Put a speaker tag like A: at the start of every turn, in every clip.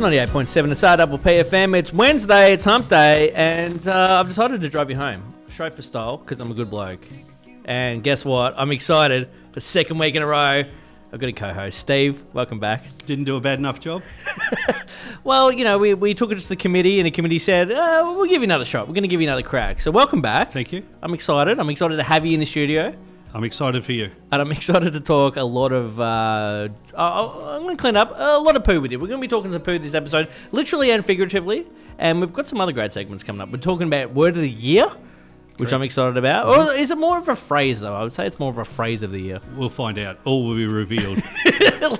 A: 98.7. It's RWP FM. It's Wednesday. It's hump day. And uh, I've decided to drive you home. Chauffeur style, because I'm a good bloke. And guess what? I'm excited. The second week in a row, I've got a co host. Steve, welcome back.
B: Didn't do a bad enough job.
A: Well, you know, we, we took it to the committee, and the committee said, uh, we'll give you another shot. We're going to give you another crack. So, welcome back.
B: Thank you.
A: I'm excited. I'm excited to have you in the studio.
B: I'm excited for you.
A: And I'm excited to talk a lot of. Uh, I- I'm going to clean up a lot of poo with you. We're going to be talking some poo this episode, literally and figuratively. And we've got some other great segments coming up. We're talking about word of the year, which I'm excited about. Or is it more of a phrase though? I would say it's more of a phrase of the year.
B: We'll find out. All will be revealed.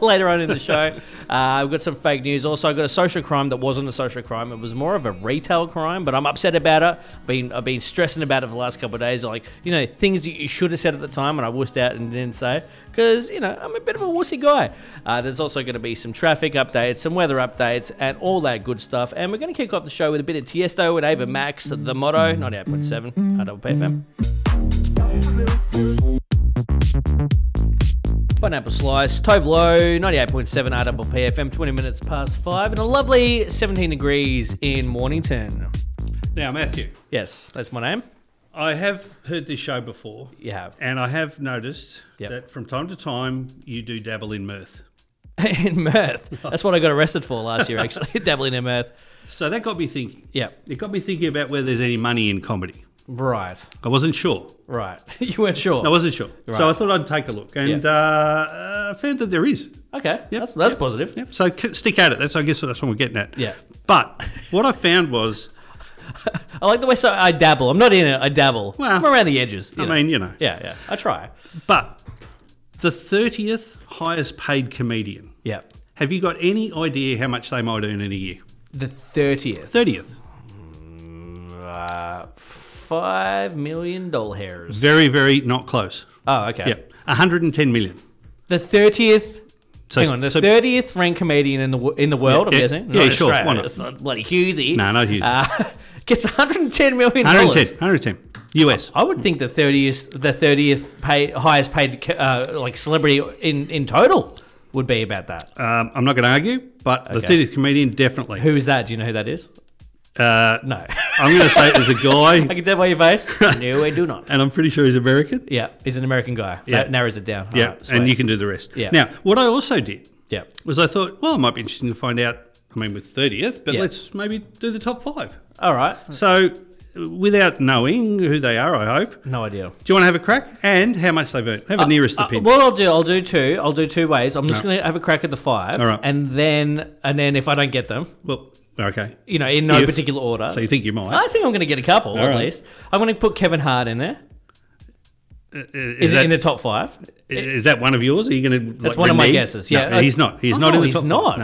A: Later on in the show, uh, we've got some fake news. Also, I got a social crime that wasn't a social crime. It was more of a retail crime, but I'm upset about it. Been I've been stressing about it for the last couple of days. Like you know things that you should have said at the time, and I wussed out and didn't say because you know I'm a bit of a wussy guy. Uh, there's also going to be some traffic updates, some weather updates, and all that good stuff. And we're going to kick off the show with a bit of Tiesto and Ava Max, the motto 98.7 RWPFM. Pineapple Slice, Tove Low, 98.7 RWP FM, 20 minutes past 5, and a lovely 17 degrees in Mornington.
B: now, Matthew,
A: Yes, that's my name.
B: I have heard this show before,
A: You have.
B: and I have noticed
A: Yep.
B: that from time to time you do dabble in mirth.
A: in Mirth. That's what I got arrested for last year, actually, dabbling in Mirth.
B: So that got me thinking.
A: Yeah,
B: It got me thinking about whether there's any money in comedy.
A: right,
B: I wasn't sure.
A: right. you weren't sure.
B: I wasn't sure.
A: Right.
B: So I thought I'd take a look, and
A: Yeah.
B: uh, I found that there is.
A: okay, that's, that's positive.
B: Yep. So c- stick at it. That's I guess that's what we're getting at.
A: Yeah.
B: But what I found was,
A: I like the way so I dabble. I'm not in it, I dabble.
B: Well,
A: I'm around the edges. you
B: I
A: know.
B: mean, you know,
A: yeah, yeah, I try.
B: But the 30th highest paid comedian.
A: Yeah.
B: Have you got any idea how much they might earn in a year?
A: The 30th.
B: 30th.
A: Uh, $5 million doll hairs.
B: Very, very not close.
A: Oh, okay.
B: Yeah. 110 million.
A: The 30th
B: So,
A: Hang on, the
B: so-
A: thirtieth ranked comedian in the wo- in the world.
B: yeah,
A: I'm guessing.
B: yeah, sure,
A: Australia.
B: why not?
A: It's not bloody Husey.
B: No, not Husey.
A: Uh, gets 110 million dollars.
B: 110, 110. US.
A: I would think the thirtieth, the thirtieth pay, highest paid uh, like celebrity in in total would be about that.
B: Um, I'm not going to argue, but the
A: Okay.
B: 30th comedian definitely.
A: Who is that? Do you know who that is?
B: Uh,
A: No.
B: I'm going to say there's a
A: I
B: guy,
A: can tell by your face. no, I do not.
B: and I'm pretty sure he's American.
A: Yeah, he's an American guy.
B: Yeah.
A: That narrows it down.
B: Yeah,
A: Alright,
B: and
A: Ah, sweet.
B: you can do the rest.
A: Yeah.
B: Now, what I also did
A: yeah.
B: was I thought, well, it might be interesting to find out. I mean, with 30th, but
A: Yeah.
B: let's maybe do the top five.
A: All right.
B: So, without knowing who they are, I hope.
A: No idea.
B: Do you want to have a crack? And how much they've earned? Have a nearest the
A: Uh,
B: pin.
A: what I'll do, I'll do two. I'll do two ways. I'm just gonna have a crack at the five,
B: All right.
A: and then and then if I don't get them,
B: Well, okay.
A: you know, in no
B: If-
A: particular order,
B: So you think you might?
A: I think I'm gonna get a couple at
B: right.
A: least. I'm gonna put Kevin Hart in there.
B: Uh,
A: Is,
B: Is,
A: it
B: that,
A: in the top five?
B: is that one of yours? Are you going to?
A: That's one of my guesses, yeah. I-
B: he's not. He's
A: Oh,
B: not in the
A: he's
B: top.
A: not.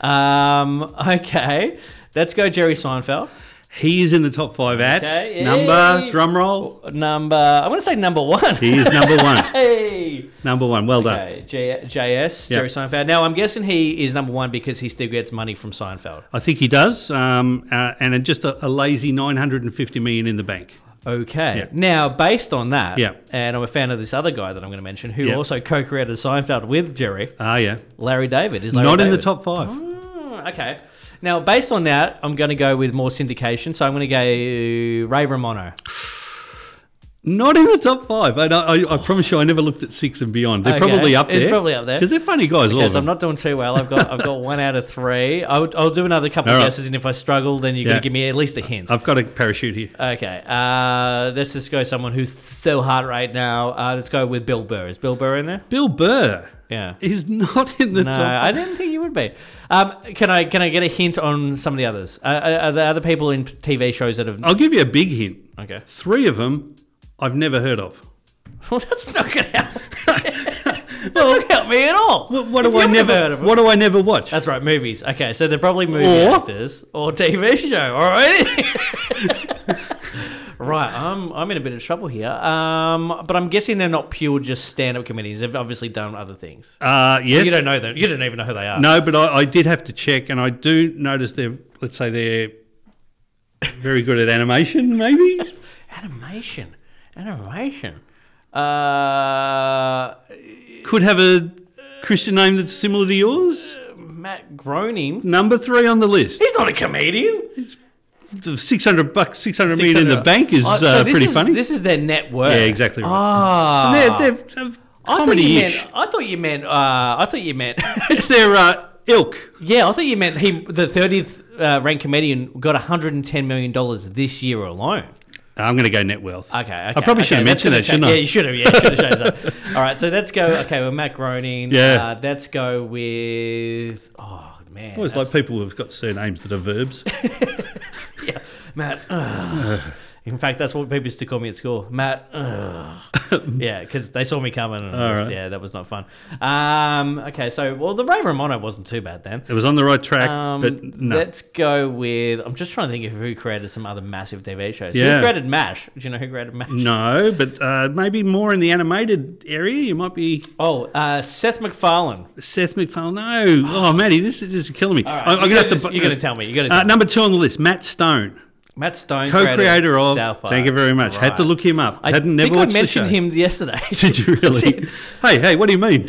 B: Five. No,
A: Um, okay, let's go Jerry Seinfeld.
B: he is in the top five at
A: Okay,
B: number
A: yay.
B: drum roll.
A: Number, I'm gonna say number one.
B: He is number one.
A: hey.
B: Number one. Well done.
A: Okay, J- JS, Jerry
B: Yeah.
A: Seinfeld. Now, I'm guessing he is number one because he still gets money from Seinfeld.
B: I think he does. Um, uh, and it just a, a lazy nine hundred and fifty million in the bank.
A: Okay.
B: Yeah.
A: Now, based on that,
B: Yeah.
A: and I'm a fan of this other guy that I'm going to mention, who
B: Yeah.
A: also co-created Seinfeld with Jerry,
B: Ah, yeah.
A: Larry David. Is Larry
B: not in the
A: David.
B: top five.
A: Mm, okay. Now, based on that, I'm going to go with more syndication. So I'm going to go Ray Romano.
B: Not in the top five. I, I, I promise you, I never looked at six and beyond. They're
A: Okay.
B: probably up there.
A: It's probably up there.
B: because they're funny guys. all
A: Yes,
B: of them.
A: I'm not doing too well. I've got I've got one out of three. I'll, I'll do another couple
B: All
A: of
B: right.
A: guesses, and if I struggle, then you're
B: Yeah.
A: going to give me at least a hint.
B: I've got a parachute here.
A: okay. Uh, let's just go someone who's so hard right now. Uh, let's go with Bill Burr. Is Bill Burr in there?
B: Bill Burr
A: Yeah.
B: is not in the
A: No,
B: top.
A: I didn't think you would be. Um, can I can I get a hint on some of the others? Uh, are, are there other people in TV shows that have?
B: I'll give you a big hint.
A: Okay,
B: Three of them I've never heard of.
A: well that's not gonna help. well, not help me at all.
B: What
A: If
B: do I
A: you've
B: never?
A: heard of? 'em.
B: what do I never watch?
A: That's right, movies. Okay, so they're probably movie
B: Or-
A: actors or TV show. All right. Right, I'm I'm in a bit of trouble here, um, but I'm guessing they're not pure just stand-up comedians. They've obviously done other things.
B: Uh, yes.
A: You don't know them. You don't even know who they are.
B: No, but I, I did have to check, and I do notice they're. Let's say they're very good at animation. Maybe
A: Animation. Animation. Uh,
B: could have a Christian name that's similar to yours.
A: Matt Groening.
B: Number three on the list.
A: He's not a comedian.
B: Six hundred bucks, six hundred million in the
A: 600.
B: bank is
A: Oh,
B: uh,
A: so this
B: pretty
A: is-
B: funny.
A: This is their net worth.
B: Yeah, exactly right.
A: Ah,
B: And they're, they're, they're
A: I thought you
B: comedy-ish.
A: meant. I thought you meant. Uh, I thought you meant.
B: It's their uh, ilk.
A: yeah, I thought you meant he, the thirtieth uh, ranked comedian, got hundred and ten million dollars this year alone.
B: I'm going to go net wealth.
A: Okay, okay.
B: I probably
A: okay,
B: should have
A: that's
B: mentioned
A: gonna
B: that,
A: change-
B: shouldn't I?
A: Yeah, you should have. Yeah, you should have changed that. All right, so let's go. Okay, well, Matt Groening.
B: Yeah.
A: Uh, let's go with. Oh man.
B: Always like people who've got surnames that are verbs.
A: that's- yeah, Matt. ugh. In fact, that's what people used to call me at school, Matt. ugh. yeah, because they saw me coming. And it
B: All
A: was-
B: right.
A: Yeah, that was not fun. Um, okay, so well, the Ray Romano wasn't too bad then.
B: It was on the right track,
A: Um,
B: but no.
A: Let's go with. I'm just trying to think of who created some other massive TV shows.
B: Yeah.
A: Who created MASH? Do you know who created MASH?
B: No, but uh, maybe more in the animated area. You might be
A: Oh, uh, Seth MacFarlane.
B: Seth MacFarlane. No, oh, Matty, this is, this is killing me.
A: All right,
B: I, am
A: you're
B: gonna have
A: gonna-
B: to. bu-
A: you're gonna tell me, you're gonna
B: uh,
A: tell me.
B: number two on the list, Matt Stone,
A: Matt Stone, created
B: co-creator of.
A: South Park.
B: Thank you very much. Had to
A: Right.
B: look him up.
A: I
B: Hadn't never
A: think
B: watched
A: I mentioned
B: the show.
A: him yesterday.
B: Did you really?
A: it.
B: hey, hey, what do you mean?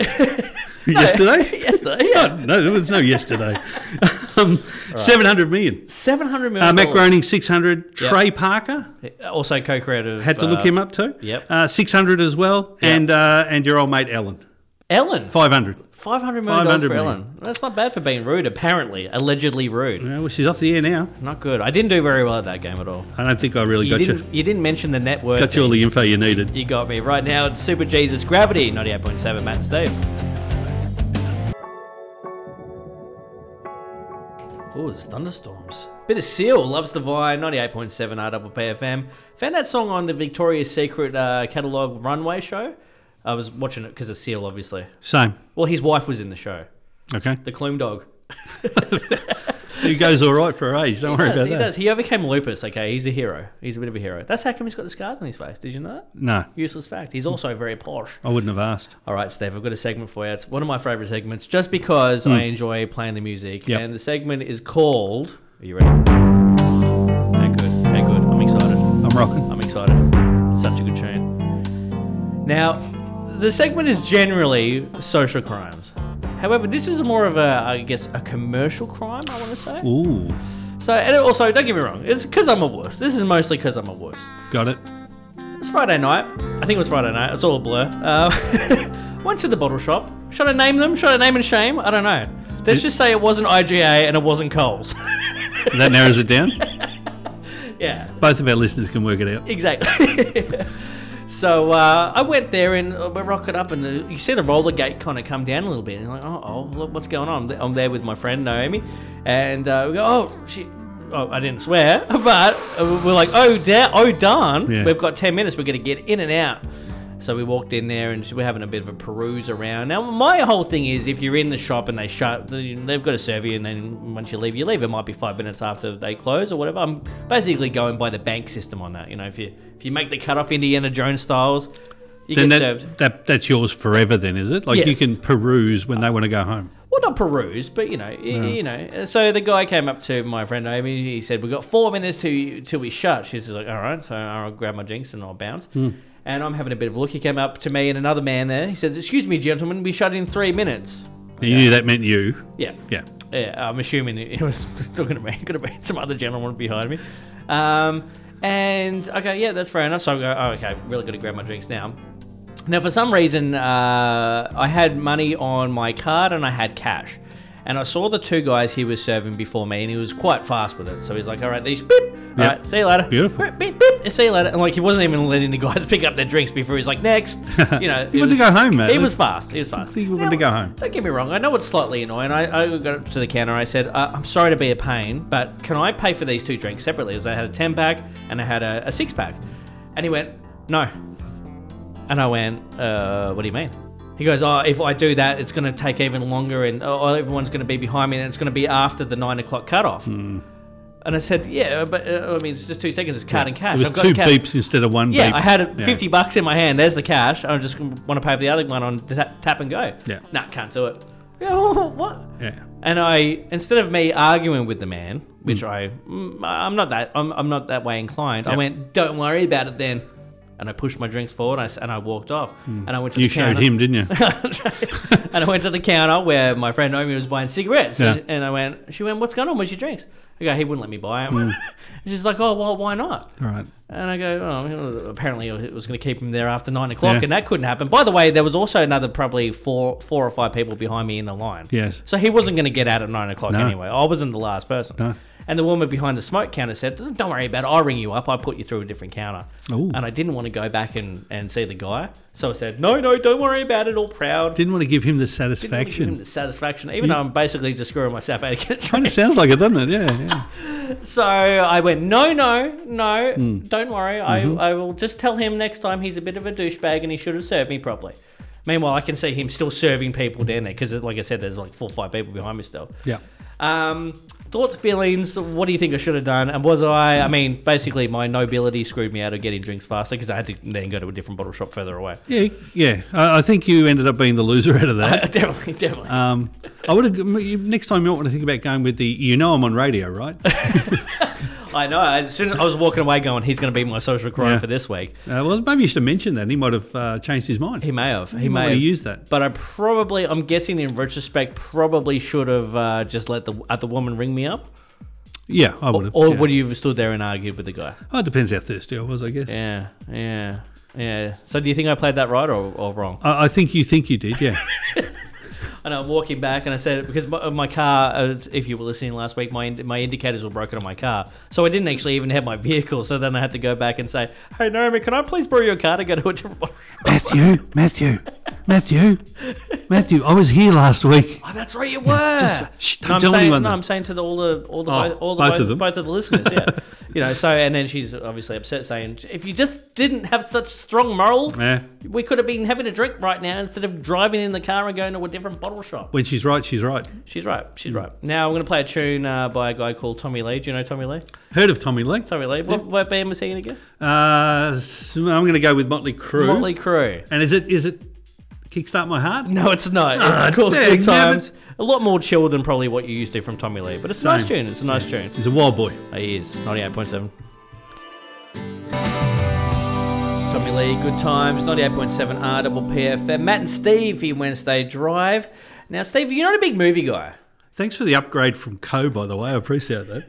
B: Yesterday?
A: yesterday, yeah.
B: No, there was no yesterday. um, Seven hundred million.
A: Seven hundred million.
B: Uh, Matt
A: dollars.
B: Groening, six hundred.
A: Yep.
B: Trey Parker.
A: also co-creator.
B: Had to look him up too.
A: yep.
B: Uh, 600 as well. And uh, and your old mate Ellen.
A: Ellen,
B: 500.
A: five hundred million dollars for
B: 500 million.
A: Ellen. That's not bad for being rude. Apparently, allegedly rude.
B: Yeah, well, she's off the air now.
A: Not good. I didn't do very well at that game at all.
B: I don't think I really
A: You
B: got you.
A: didn't. You didn't mention the net worth.
B: Got you all the info you needed.
A: You got me right now. It's Super Jesus Gravity, ninety-eight point seven. Matt and Steve. Oh, there's thunderstorms. Bit of Seal loves the vine. Ninety-eight point seven RWPFM. Found that song on the Victoria's Secret uh, catalog runway show. I was watching it because of Seal, obviously.
B: Same.
A: Well, his wife was in the show,
B: Okay.
A: the Clume Dog.
B: He goes all right for her age.
A: He
B: Don't worry
A: does,
B: about
A: he
B: that.
A: does. He overcame lupus. Okay, he's a hero. He's a bit of a hero. That's how come he's got the scars on his face. Did you know that?
B: No,
A: Useless fact. He's also very posh.
B: I wouldn't have asked.
A: All right, Steve, I've got a segment for you. It's one of my favorite segments just because I enjoy playing the music.
B: Hmm. Yep.
A: And the segment is called. Are you ready? How good. How good. I'm excited.
B: I'm rocking.
A: I'm excited. It's such a good tune. Now, the segment is generally social crimes. However, this is more of a, I guess, a commercial crime, I want to say.
B: Ooh,
A: So, and also, don't get me wrong, it's because I'm a wuss. This is mostly because I'm a wuss.
B: got it.
A: It's Friday night. I think it was Friday night. It's all a blur. Uh, went to the bottle shop. Should I name them? Should I name and shame? I don't know. Let's just say it wasn't IGA and it wasn't Coles.
B: That narrows it down.
A: yeah,
B: Both of our listeners can work it out.
A: exactly. so uh, I went there and uh, we're rocking up, and the, you see the roller gate kind of come down a little bit. And you're like, oh, oh look, what's going on? I'm there with my friend Naomi, and uh, we go, oh, she. Oh, I didn't swear, but we're like, oh, da- oh darn,
B: Yeah.
A: we've got 10 minutes, we're going to get in and out. So we walked in there and we're having a bit of a peruse around. Now, my whole thing is if you're in the shop and they shut, they've got to serve you, and then once you leave, you leave. It might be five minutes after they close or whatever. I'm basically going by the bank system on that. You know, if you if you make the cutoff Indiana Jones styles, you
B: Then
A: get
B: that,
A: served.
B: that that's yours forever. Then is it? Like you
A: Yes.
B: can peruse when they want to go home.
A: well, not peruse, but you know, y- you know. uh, So the guy came up to my friend Naomi. He said, "We've got four minutes till till we shut." She's just like, "All right." So I'll grab my jinx and I'll bounce. And I'm having a bit of a look. He came up to me and another man there. He said, "Excuse me, gentlemen, we shut in three minutes."
B: And You knew that meant you.
A: Yeah,
B: Yeah.
A: yeah. I'm assuming it it was talking to me. Could have been some other gentleman behind me. Um, and okay, yeah, that's fair enough. So I go, oh, okay, really got to grab my drinks now. Now, for some reason, uh, I had money on my card and I had cash. And I saw the two guys he was serving before me, and he was quite fast with it. So he's like, "All right, these beep, all right,
B: Yep.
A: see you later,
B: Beautiful.
A: beep, beep, see you later." And like he wasn't even letting the guys pick up their drinks before he's like, "Next," you know. it
B: You wanted to
A: was-
B: go home, mate.
A: He was fast. He was fast.
B: think you wanted to go home.
A: Don't get me wrong. I know it's slightly annoying. I, I got up to the counter. I said, uh, "I'm sorry to be a pain, but can I pay for these two drinks separately?" Because I had a ten pack and I had a, a six pack. And he went, "No." And I went, uh, "What do you mean?" He goes, "Oh, if I do that, it's going to take even longer, and oh, everyone's going to be behind me, and it's going to be after the nine o'clock cutoff."
B: Hmm.
A: And I said, "Yeah, but uh, I mean, it's just two seconds. It's card and cash.
B: It was
A: I've got
B: two
A: cash.
B: beeps instead of one
A: Yeah,
B: beep.
A: I had it-
B: Yeah.
A: 50 bucks in my hand. There's the cash. I just want to pay for the other one on ta- tap and go.
B: Yeah.
A: Nah, can't do it. Yeah, wha- what?
B: Yeah.
A: And I, instead of me arguing with the man, mm, which I, mm, I'm not that, I'm, I'm not that way inclined. I
B: Yep.
A: went, don't worry about it then. and I pushed my drinks forward and I, s- and I walked off. And I went to
B: Mm. You
A: the
B: showed
A: counter.
B: him, didn't you?
A: and I went to the counter where my friend Naomi was buying cigarettes.
B: Yeah.
A: And, and I went, she went, what's going on? Where's your drinks? I go, he wouldn't let me buy them.
B: Mm.
A: and she's like, oh, well, why not?
B: All right.
A: And I go, oh, apparently it was going to keep him there after nine o'clock,
B: Yeah.
A: and that couldn't happen. By the way, there was also another probably four, four or five people behind me in the line.
B: Yes.
A: So he wasn't going to get out at nine o'clock
B: No.
A: anyway. I wasn't the last person.
B: No.
A: And the woman behind the smoke counter said, "Don't worry about it. I'll ring you up. I put you through a different counter."
B: Ooh.
A: And I didn't want to go back and, and see the guy, so I said, "No, no, don't worry about it. All proud."
B: Didn't want to give him the
A: Didn't really give him
B: satisfaction.
A: the satisfaction, even though I'm basically just screwing myself out of getting a
B: Kind of sounds like it, doesn't it? Yeah. yeah.
A: so I went, no, no, no, don't worry. I, I will just tell him next time he's a bit of a douchebag and he should have served me properly. Meanwhile, I can see him still serving people down there because, like I said, there's like four or five people behind me still.
B: Yeah.
A: Um, thoughts, feelings, what do you think I should have done? And was I, I mean, basically my nobility screwed me out of getting drinks faster because I had to then go to a different bottle shop further away.
B: Yeah. Yeah. I, I think you ended up being the loser out of that.
A: definitely, definitely.
B: Um, I would have, next time you might want to think about going with the, you know, I'm on radio, right? Uh,
A: I know. As soon as I was walking away going, he's going to be my social crime
B: Yeah.
A: for this week.
B: well, maybe you should have mentioned that. He might have uh, changed his mind.
A: He may have. He
B: might
A: may
B: want
A: have
B: to use that.
A: But I probably, I'm guessing in retrospect, probably should have uh, just let the at the woman ring me up,
B: Yeah, I would have.
A: or
B: yeah.
A: would you have stood there and argued with the guy?
B: Oh, it depends how thirsty I was, I guess.
A: Yeah, yeah, yeah. So do you think I played that right or, or wrong?
B: I, I think you think you did, yeah.
A: And I'm walking back, and I said because my, my car, uh, if you were listening last week, my ind- my indicators were broken on my car, so I didn't actually even have my vehicle. So then I had to go back and say, "Hey Naomi, can I please borrow your car to go to a different?" bottle shop?"
B: Matthew, Matthew, Matthew, Matthew, I was here last week.
A: Oh, that's right, you were.
B: Just- shh, don't
A: no, I'm
B: tell
A: saying,
B: anyone
A: No,
B: that.
A: I'm saying to the, all the all the,
B: Oh,
A: both, all the
B: both
A: both,
B: of them.
A: both of the listeners. Yeah, you know. So and then she's obviously upset, saying, "If you just didn't have such strong morals,
B: Yeah.
A: we could have been having a drink right now instead of driving in the car and going to a different bottle shop."
B: When she's right, she's right.
A: She's right. She's right.
B: Mm.
A: Now I'm going to play a tune uh, by a guy called Tommy Lee. Do you know Tommy Lee?
B: Heard of Tommy Lee?
A: Tommy Lee. What, what band was he in again?
B: Uh, s- I'm going to go with Motley Crue.
A: Motley Crue.
B: And is it is it Kickstart My Heart?
A: No, it's not.
B: Ah,
A: it's called
B: dang,
A: Good
B: damn it.
A: Times. A lot more chill than probably what you used to from Tommy Lee, but it's a nice
B: Same.
A: tune. It's a nice tune.
B: He's a wild boy.
A: He is. 98.7. Tommy Lee, good times. 98.7 R double PFM. Matt and Steve here, Wednesday Drive. Now, Steve, you're not a big movie guy.
B: Thanks for the upgrade from Co, by the way. I appreciate that.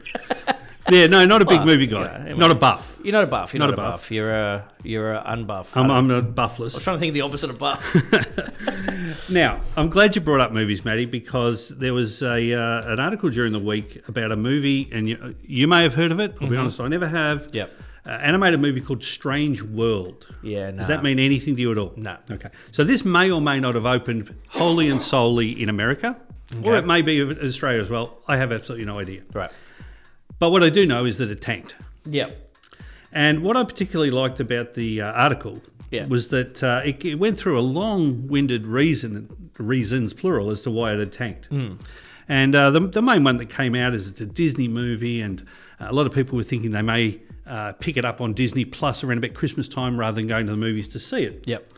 B: yeah, no, not a big
A: Well,
B: movie guy.
A: yeah, anyway.
B: Not a buff.
A: You're not a buff. You're not,
B: Not
A: a
B: a
A: buff. You're a you're a unbuff. I
B: I'm,
A: don't-
B: I'm not
A: I was
B: buffless.
A: trying to think of the opposite of buff.
B: Now, I'm glad you brought up movies, Maddie, because there was a uh, an article during the week about a movie, and you, you may have heard of it. I'll be honest, I never have.
A: Mm-hmm. Yep.
B: Uh, animated movie called Strange World.
A: Yeah,
B: Does
A: nah.
B: that mean anything to you at all?
A: No.
B: Okay. So this may or may not have opened wholly and solely in America, or it may be in Australia as well. I have absolutely no idea.
A: right.
B: But what I do know is that it tanked.
A: Yep.
B: And what I particularly liked about the uh, article
A: Yeah.
B: was that uh, it, it went through a long-winded reason, reasons plural, as to why it had tanked. And uh, the, the main one that came out is it's a Disney movie, and uh, a lot of people were thinking they may uh, pick it up on Disney Plus around about Christmas time rather than going to the movies to see it.
A: Yep.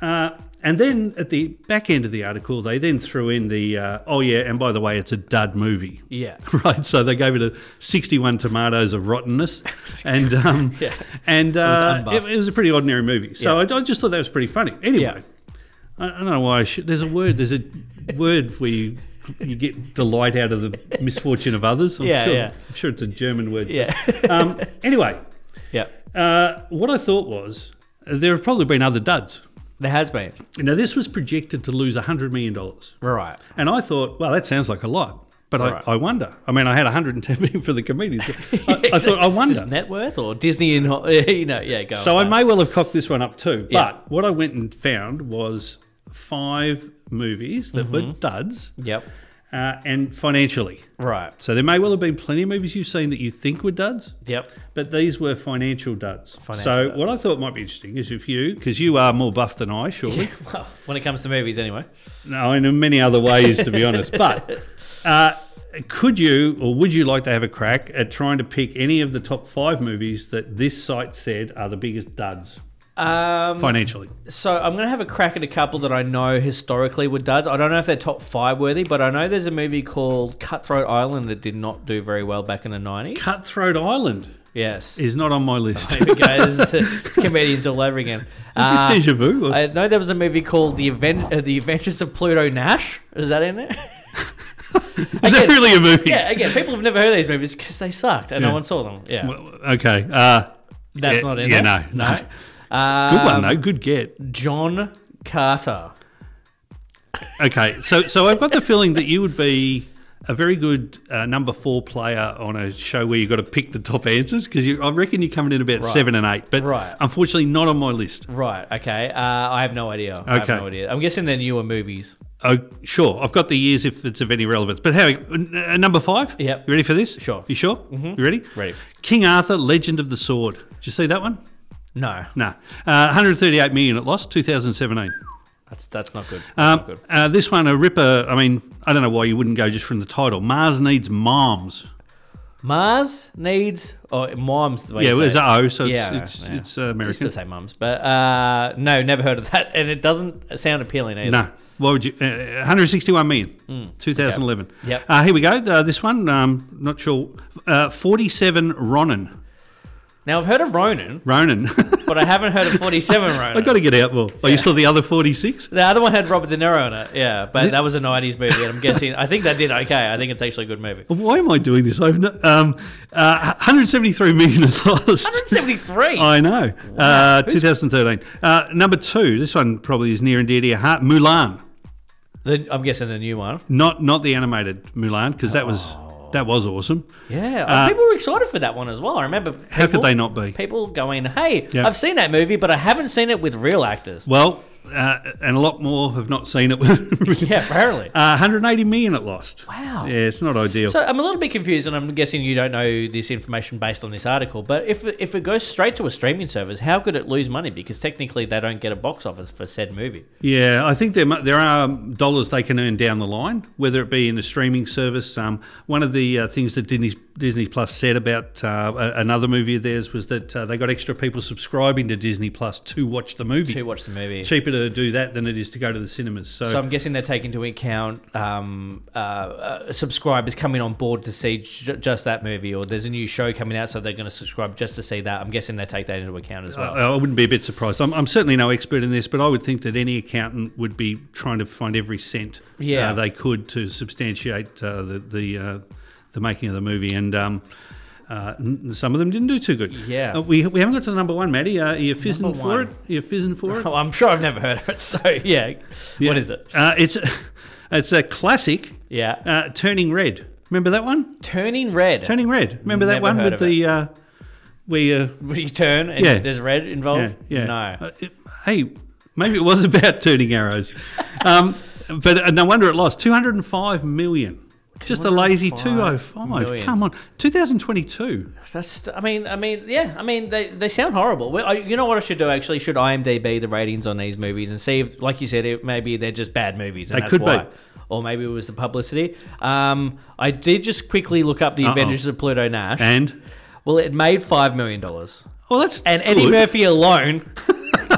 B: Uh, and then at the back end of the article, they then threw in the uh, oh yeah, and by the way, it's a dud movie.
A: Yeah.
B: Right, so they gave it a 61 tomatoes of rottenness, and um,
A: Yeah.
B: and uh,
A: unbuffed.
B: it, it was a pretty ordinary movie. So I, I just thought that was pretty funny. Anyway,
A: Yeah.
B: I, I don't know why. I should, there's a word. There's a word where you you get delight out of the misfortune of others. I'm
A: Yeah,
B: sure,
A: yeah.
B: I'm sure it's a German word.
A: Yeah.
B: um, anyway,
A: Yep.
B: uh, what I thought was uh, there have probably been other duds.
A: There has been.
B: Now, this was projected to lose $100 million.
A: Right.
B: And I thought, well, that sounds like a lot. But
A: Right.
B: I, I wonder. I mean, I had 110 million for the comedians. I, I thought, I
A: Is this
B: wonder.
A: net worth or Disney and you know? Yeah. Go.
B: So I
A: on.
B: may well have cocked this one up too.
A: Yeah.
B: But what I went and found was five movies that were
A: Mm-hmm.
B: duds
A: Yep.
B: uh, and financially.
A: Right.
B: So there may well have been plenty of movies you've seen that you think were duds,
A: Yep.
B: but these were financial duds.
A: Financial
B: so
A: duds.
B: what I thought might be interesting is if you, because you are more buff than I, surely.
A: Well, when it comes to movies, anyway.
B: No, in many other ways, to be honest. But uh, could you or would you like to have a crack at trying to pick any of the top five movies that this site said are the biggest duds
A: Um,
B: financially?
A: so I'm gonna have a crack at a couple that I know historically were duds. I don't know if they're top five worthy, but I know there's a movie called Cutthroat Island that did not do very well back in the '90s.
B: Cutthroat Island.
A: Yes.
B: is not on my list.
A: There we go. This is comedians all over again.
B: Is this
A: Uh,
B: deja vu? or-
A: I know there was a movie called The Event, uh, The Adventures of Pluto Nash. Is that in there?
B: is that really a movie?
A: yeah, again, people have never heard of these movies because they sucked and
B: Yeah.
A: no one saw them. Yeah,
B: Well, okay. Uh,
A: that's
B: yeah,
A: not in
B: yeah,
A: there.
B: no, no.
A: no. Um,
B: Good one though. Good get.
A: John Carter.
B: Okay, so so I've got the feeling that you would be a very good uh, number four player on a show where you've got to pick the top answers because I reckon you're coming in about seven and eight, but
A: Right.
B: unfortunately not on my list.
A: Right. Okay. Uh, I have no idea. I have
B: Okay.
A: no idea. I'm guessing they're newer movies.
B: Oh, sure, I've got the years if it's of any relevance. But how? Uh, number five.
A: Yep.
B: You ready for this?
A: Sure. Mm-hmm.
B: You sure? You ready?
A: Ready.
B: King Arthur, Legend of the Sword. Did you see that one?
A: No,
B: No. Uh, 138 million it lost, 2017.
A: that's that's not good. That's not
B: Um,
A: good.
B: uh, this one, a ripper. I mean, I don't know why you wouldn't go just from the title. Mars needs moms.
A: Mars needs or moms. The way
B: yeah,
A: you
B: it
A: say
B: was
A: it.
B: O, so
A: Yeah,
B: it's it's,
A: yeah.
B: it's uh,
A: I still
B: American.
A: say mums, but uh, no, never heard of that, and it doesn't sound appealing either.
B: No, why would you? Uh, 161 million, 2011.
A: Hmm. Yep.
B: Uh, here we go. Uh, this one, um, not sure. Uh, 47 Ronan.
A: Now I've heard of Ronan,
B: Ronan.
A: but I haven't heard of Forty Seven Ronan.
B: I got to get out more. Oh, you saw the other 46?
A: The other one had Robert De Niro in it, yeah, but that was a '90s movie, and I'm guessing I think that did okay. I think it's actually a good movie.
B: Why am I doing this? I've no, um, uh, 173 million is lost.
A: 173.
B: I know. Uh,
A: Who's-
B: 2013. Uh, number two. This one probably is near and dear to your heart. Mulan.
A: The- I'm guessing the new one.
B: Not not the animated Mulan because that was
A: Oh.
B: that was awesome.
A: Yeah,
B: Uh,
A: people were excited for that one as well. I remember. People,
B: How could they not be?
A: People going, "Hey,
B: Yeah.
A: I've seen that movie, but I haven't seen it with real actors."
B: Well, uh, and a lot more have not seen it.
A: yeah, apparently.
B: Uh, 180 million it lost.
A: Wow.
B: Yeah, it's not ideal.
A: So I'm a little bit confused, and I'm guessing you don't know this information based on this article. But if if it goes straight to a streaming service, how could it lose money? Because technically, they don't get a box office for said movie.
B: yeah, I think there mu- there are dollars they can earn down the line, whether it be in a streaming service. Um, one of the uh, things that Disney Disney Plus said about uh, a- another movie of theirs was that uh, they got extra people subscribing to Disney Plus to watch the movie.
A: To watch the movie.
B: Cheaper to do that than it is to go to the cinemas. So,
A: So I'm guessing they're taking into account um, uh, uh, subscribers coming on board to see j- just that movie, or there's a new show coming out, so they're going to subscribe just to see that. I'm guessing they take that into account as well.
B: I I wouldn't be a bit surprised. I'm, I'm certainly no expert in this, but I would think that any accountant would be trying to find every cent uh,
A: Yeah.
B: they could to substantiate uh, the the, uh, the making of the movie. And um, uh, n- some of them didn't do too good.
A: Yeah.
B: Uh, we, we haven't got to the number one, Maddie. Uh, are you fizzing
A: Number
B: for
A: one.
B: it? Are you fizzing for it?
A: Oh, I'm sure I've never heard of it. So yeah, what is it?
B: Uh, it's it's a classic.
A: Yeah,
B: Uh, Turning red. Remember that one?
A: turning red.
B: Turning red. Remember that
A: Never
B: one
A: heard
B: with
A: of
B: the uh, where you
A: What do you turn? And
B: Yeah.
A: there's red involved.
B: Yeah, yeah.
A: No.
B: Uh, it- hey, maybe it was about turning arrows. um, but uh, no wonder it lost 205 million. Just a lazy
A: 205
B: 205.
A: million.
B: Come on. 2022.
A: That's. I mean. I mean. Yeah. I mean. They. They sound horrible. Well, I, you know what I should do actually? Should IMDb the ratings on these movies and see if, like you said, it, maybe they're just bad movies. And
B: They
A: that's
B: could be.
A: why. Or maybe it was the publicity. Um, I did just quickly look up the
B: Uh-oh.
A: Adventures of Pluto Nash.
B: And,
A: well, it made five million dollars,
B: well, that's.
A: and Eddie
B: good.
A: Murphy alone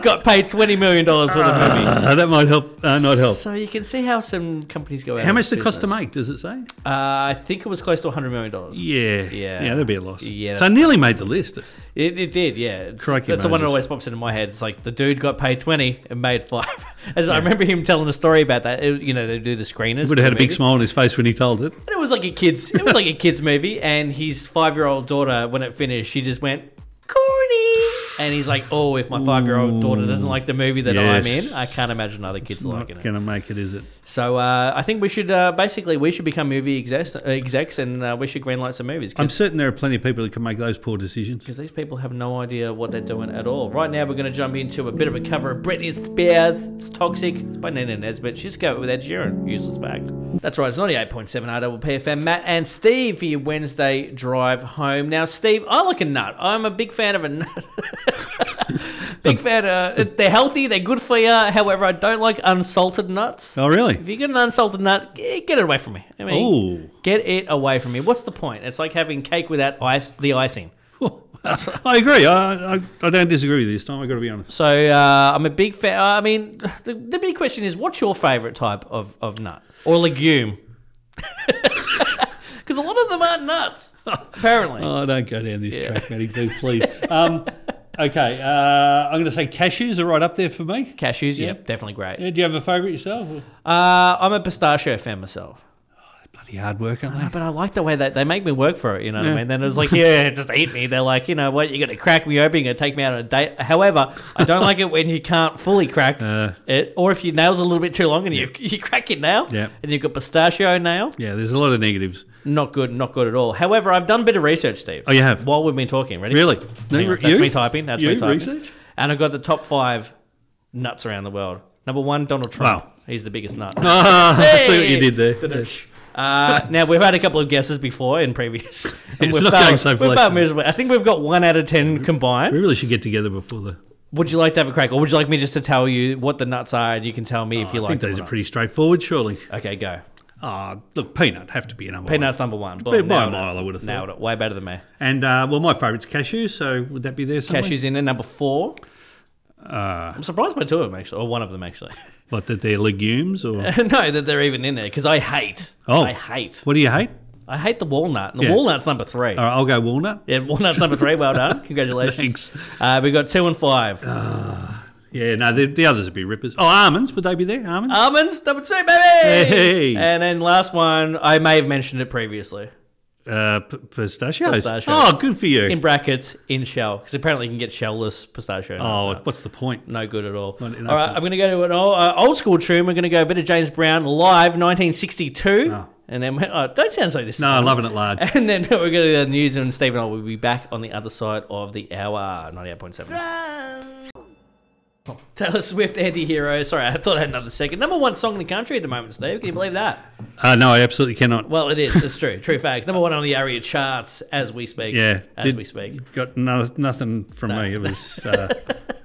A: got paid twenty million dollars for the movie.
B: Uh, that might help. Uh, not help.
A: So you can see how some companies go out.
B: How
A: of
B: much did it cost to
A: business.
B: make, does it say?
A: Uh, I think it was close to hundred million dollars.
B: Yeah.
A: Yeah.
B: Yeah, that'd be a loss.
A: Yeah,
B: so I
A: that's-
B: nearly made the list.
A: It, it did, yeah. It's,
B: Crikey
A: that's the one that
B: Moses.
A: always pops into my head. It's like the dude got paid twenty and made five. As I remember him telling the story about that. It- you know, they do the screeners.
B: Would
A: for
B: have had
A: the
B: a big
A: movie.
B: smile on his face when he told it.
A: And it was like a kids. It was like a kids movie, and his five-year-old daughter, when it finished, she just went corny, and he's like, "Oh, if my five-year-old daughter doesn't like the movie that I'm
B: Yes.
A: in, I can't imagine other kids
B: Not
A: liking it."
B: going to make it, is it?
A: So uh, I think we should uh, basically we should become movie execs, execs and uh, we should greenlight some movies. 'cause
B: I'm certain there are plenty of people that can make those poor decisions.
A: because these people have no idea what they're doing at all. Right now, we're going to jump into a bit of a cover of Britney Spears. It's toxic. It's by Nina Nesbitt. She's got it with Ed Sheeran. Useless fact. That's right. It's 98.7 RWPFM. Matt and Steve for your Wednesday drive home. Now, Steve, I like a nut. I'm a big fan of a nut. big fan. Uh, they're healthy. They're good for you. However, I don't like unsalted nuts.
B: Oh,
A: If
B: really?
A: you get an unsalted nut, g- get it away from me. I mean,
B: Oh.
A: get it away from me. What's the point? It's like having cake without ice, the icing.
B: I agree. I, I, I don't disagree with you this time. I've got to be honest.
A: So uh, I'm a big fan. I mean, the, the big question is, what's your favorite type of, of nut or legume? Because Because a lot of them are nuts, apparently.
B: Oh, don't go down this
A: Yeah.
B: track, Matty, do please. um, okay, uh, I'm going to say cashews are right up there for me.
A: Cashews, yep,
B: Yeah.
A: definitely great.
B: Yeah, do you have a favourite yourself? Or-
A: Uh, I'm a pistachio fan myself.
B: Bloody hard work, aren't
A: No,
B: they?
A: but I like the way that they make me work for it. You know what
B: Yeah.
A: I mean? Then it's like, yeah, just eat me. They're like, you know what? You're gonna crack me open. You're gonna take me out on a date. However, I don't like it when you can't fully crack
B: Uh.
A: it, or if your nails a little bit too long and you you crack your nail,
B: Yeah.
A: and you've got pistachio nail.
B: Yeah, there's a lot of negatives.
A: Not good, not good at all. However, I've done a bit of research, Steve.
B: Oh, you have?
A: While we've been talking, ready?
B: Really? No,
A: Hang on,
B: you-
A: that's
B: you?
A: me typing. That's
B: You
A: me typing.
B: research?
A: And I've got the top five nuts around the world. Number one, Donald Trump.
B: Wow.
A: He's the biggest nut.
B: Ah, I see what you
A: Hey!
B: did there.
A: Da-dum-sh. Uh, now we've had a couple of guesses before in previous.
B: It's not going so Mm-hmm.
A: we're
B: flexible.
A: miserable. I think we've got one out of ten
B: We
A: combined.
B: really should get together before the.
A: Would you like to have a crack, or would you like me just to tell you what the nuts are, and you can tell me if you
B: Oh, I
A: like?
B: think
A: them
B: those
A: or
B: are pretty straightforward, surely.
A: not? Okay, go.
B: Ah, look, peanut have to be number one.
A: Peanuts number one.
B: By a
A: Boom, nailed it.
B: mile, I would have
A: Nailed
B: thought.
A: it. Way better than me.
B: And uh, well, my favourite's cashew. So would that be there? Somewhere?
A: Cashews in there. Number four.
B: Uh,
A: I'm surprised by two of them actually, or one of them actually.
B: what that they're legumes or
A: no, that they're even in there because I hate.
B: Oh.
A: I hate.
B: what do you hate?
A: I hate the walnut. And the
B: Yeah.
A: walnut's number three.
B: All right, I'll go walnut.
A: Yeah, walnut's number three. Well done. Congratulations.
B: Thanks. Uh.
A: Uh, we got two and five.
B: Yeah, no, the, the others would be rippers. Oh, almonds would they be there? Almonds.
A: Almonds, number two, baby.
B: Hey.
A: And then last one, I may have mentioned it previously.
B: Uh, p- pistachios.
A: Pistachio.
B: Oh, good for you.
A: In brackets, in shell, because apparently you can get shellless pistachio. nuts
B: oh,
A: now.
B: what's the point?
A: no good at all.
B: Not- no
A: all right,
B: point.
A: I'm going to go to an old, uh, old school tune. We're going to go a bit of James Brown live, 1962,
B: Oh.
A: and then we- oh, don't sound so this.
B: No, I'm loving it large.
A: And then we're going to the news, and Stephen and I will be back on the other side of the hour, 98.7. Taylor Swift, anti-hero. Sorry, I thought I had another second. Number one song in the country at the moment, Steve. Can you believe that?
B: Uh, no, I absolutely cannot.
A: Well, it is. It's true. True fact. Number one on the area charts as we speak.
B: yeah,
A: As
B: did-
A: we speak.
B: Got no, nothing from me. It was uh,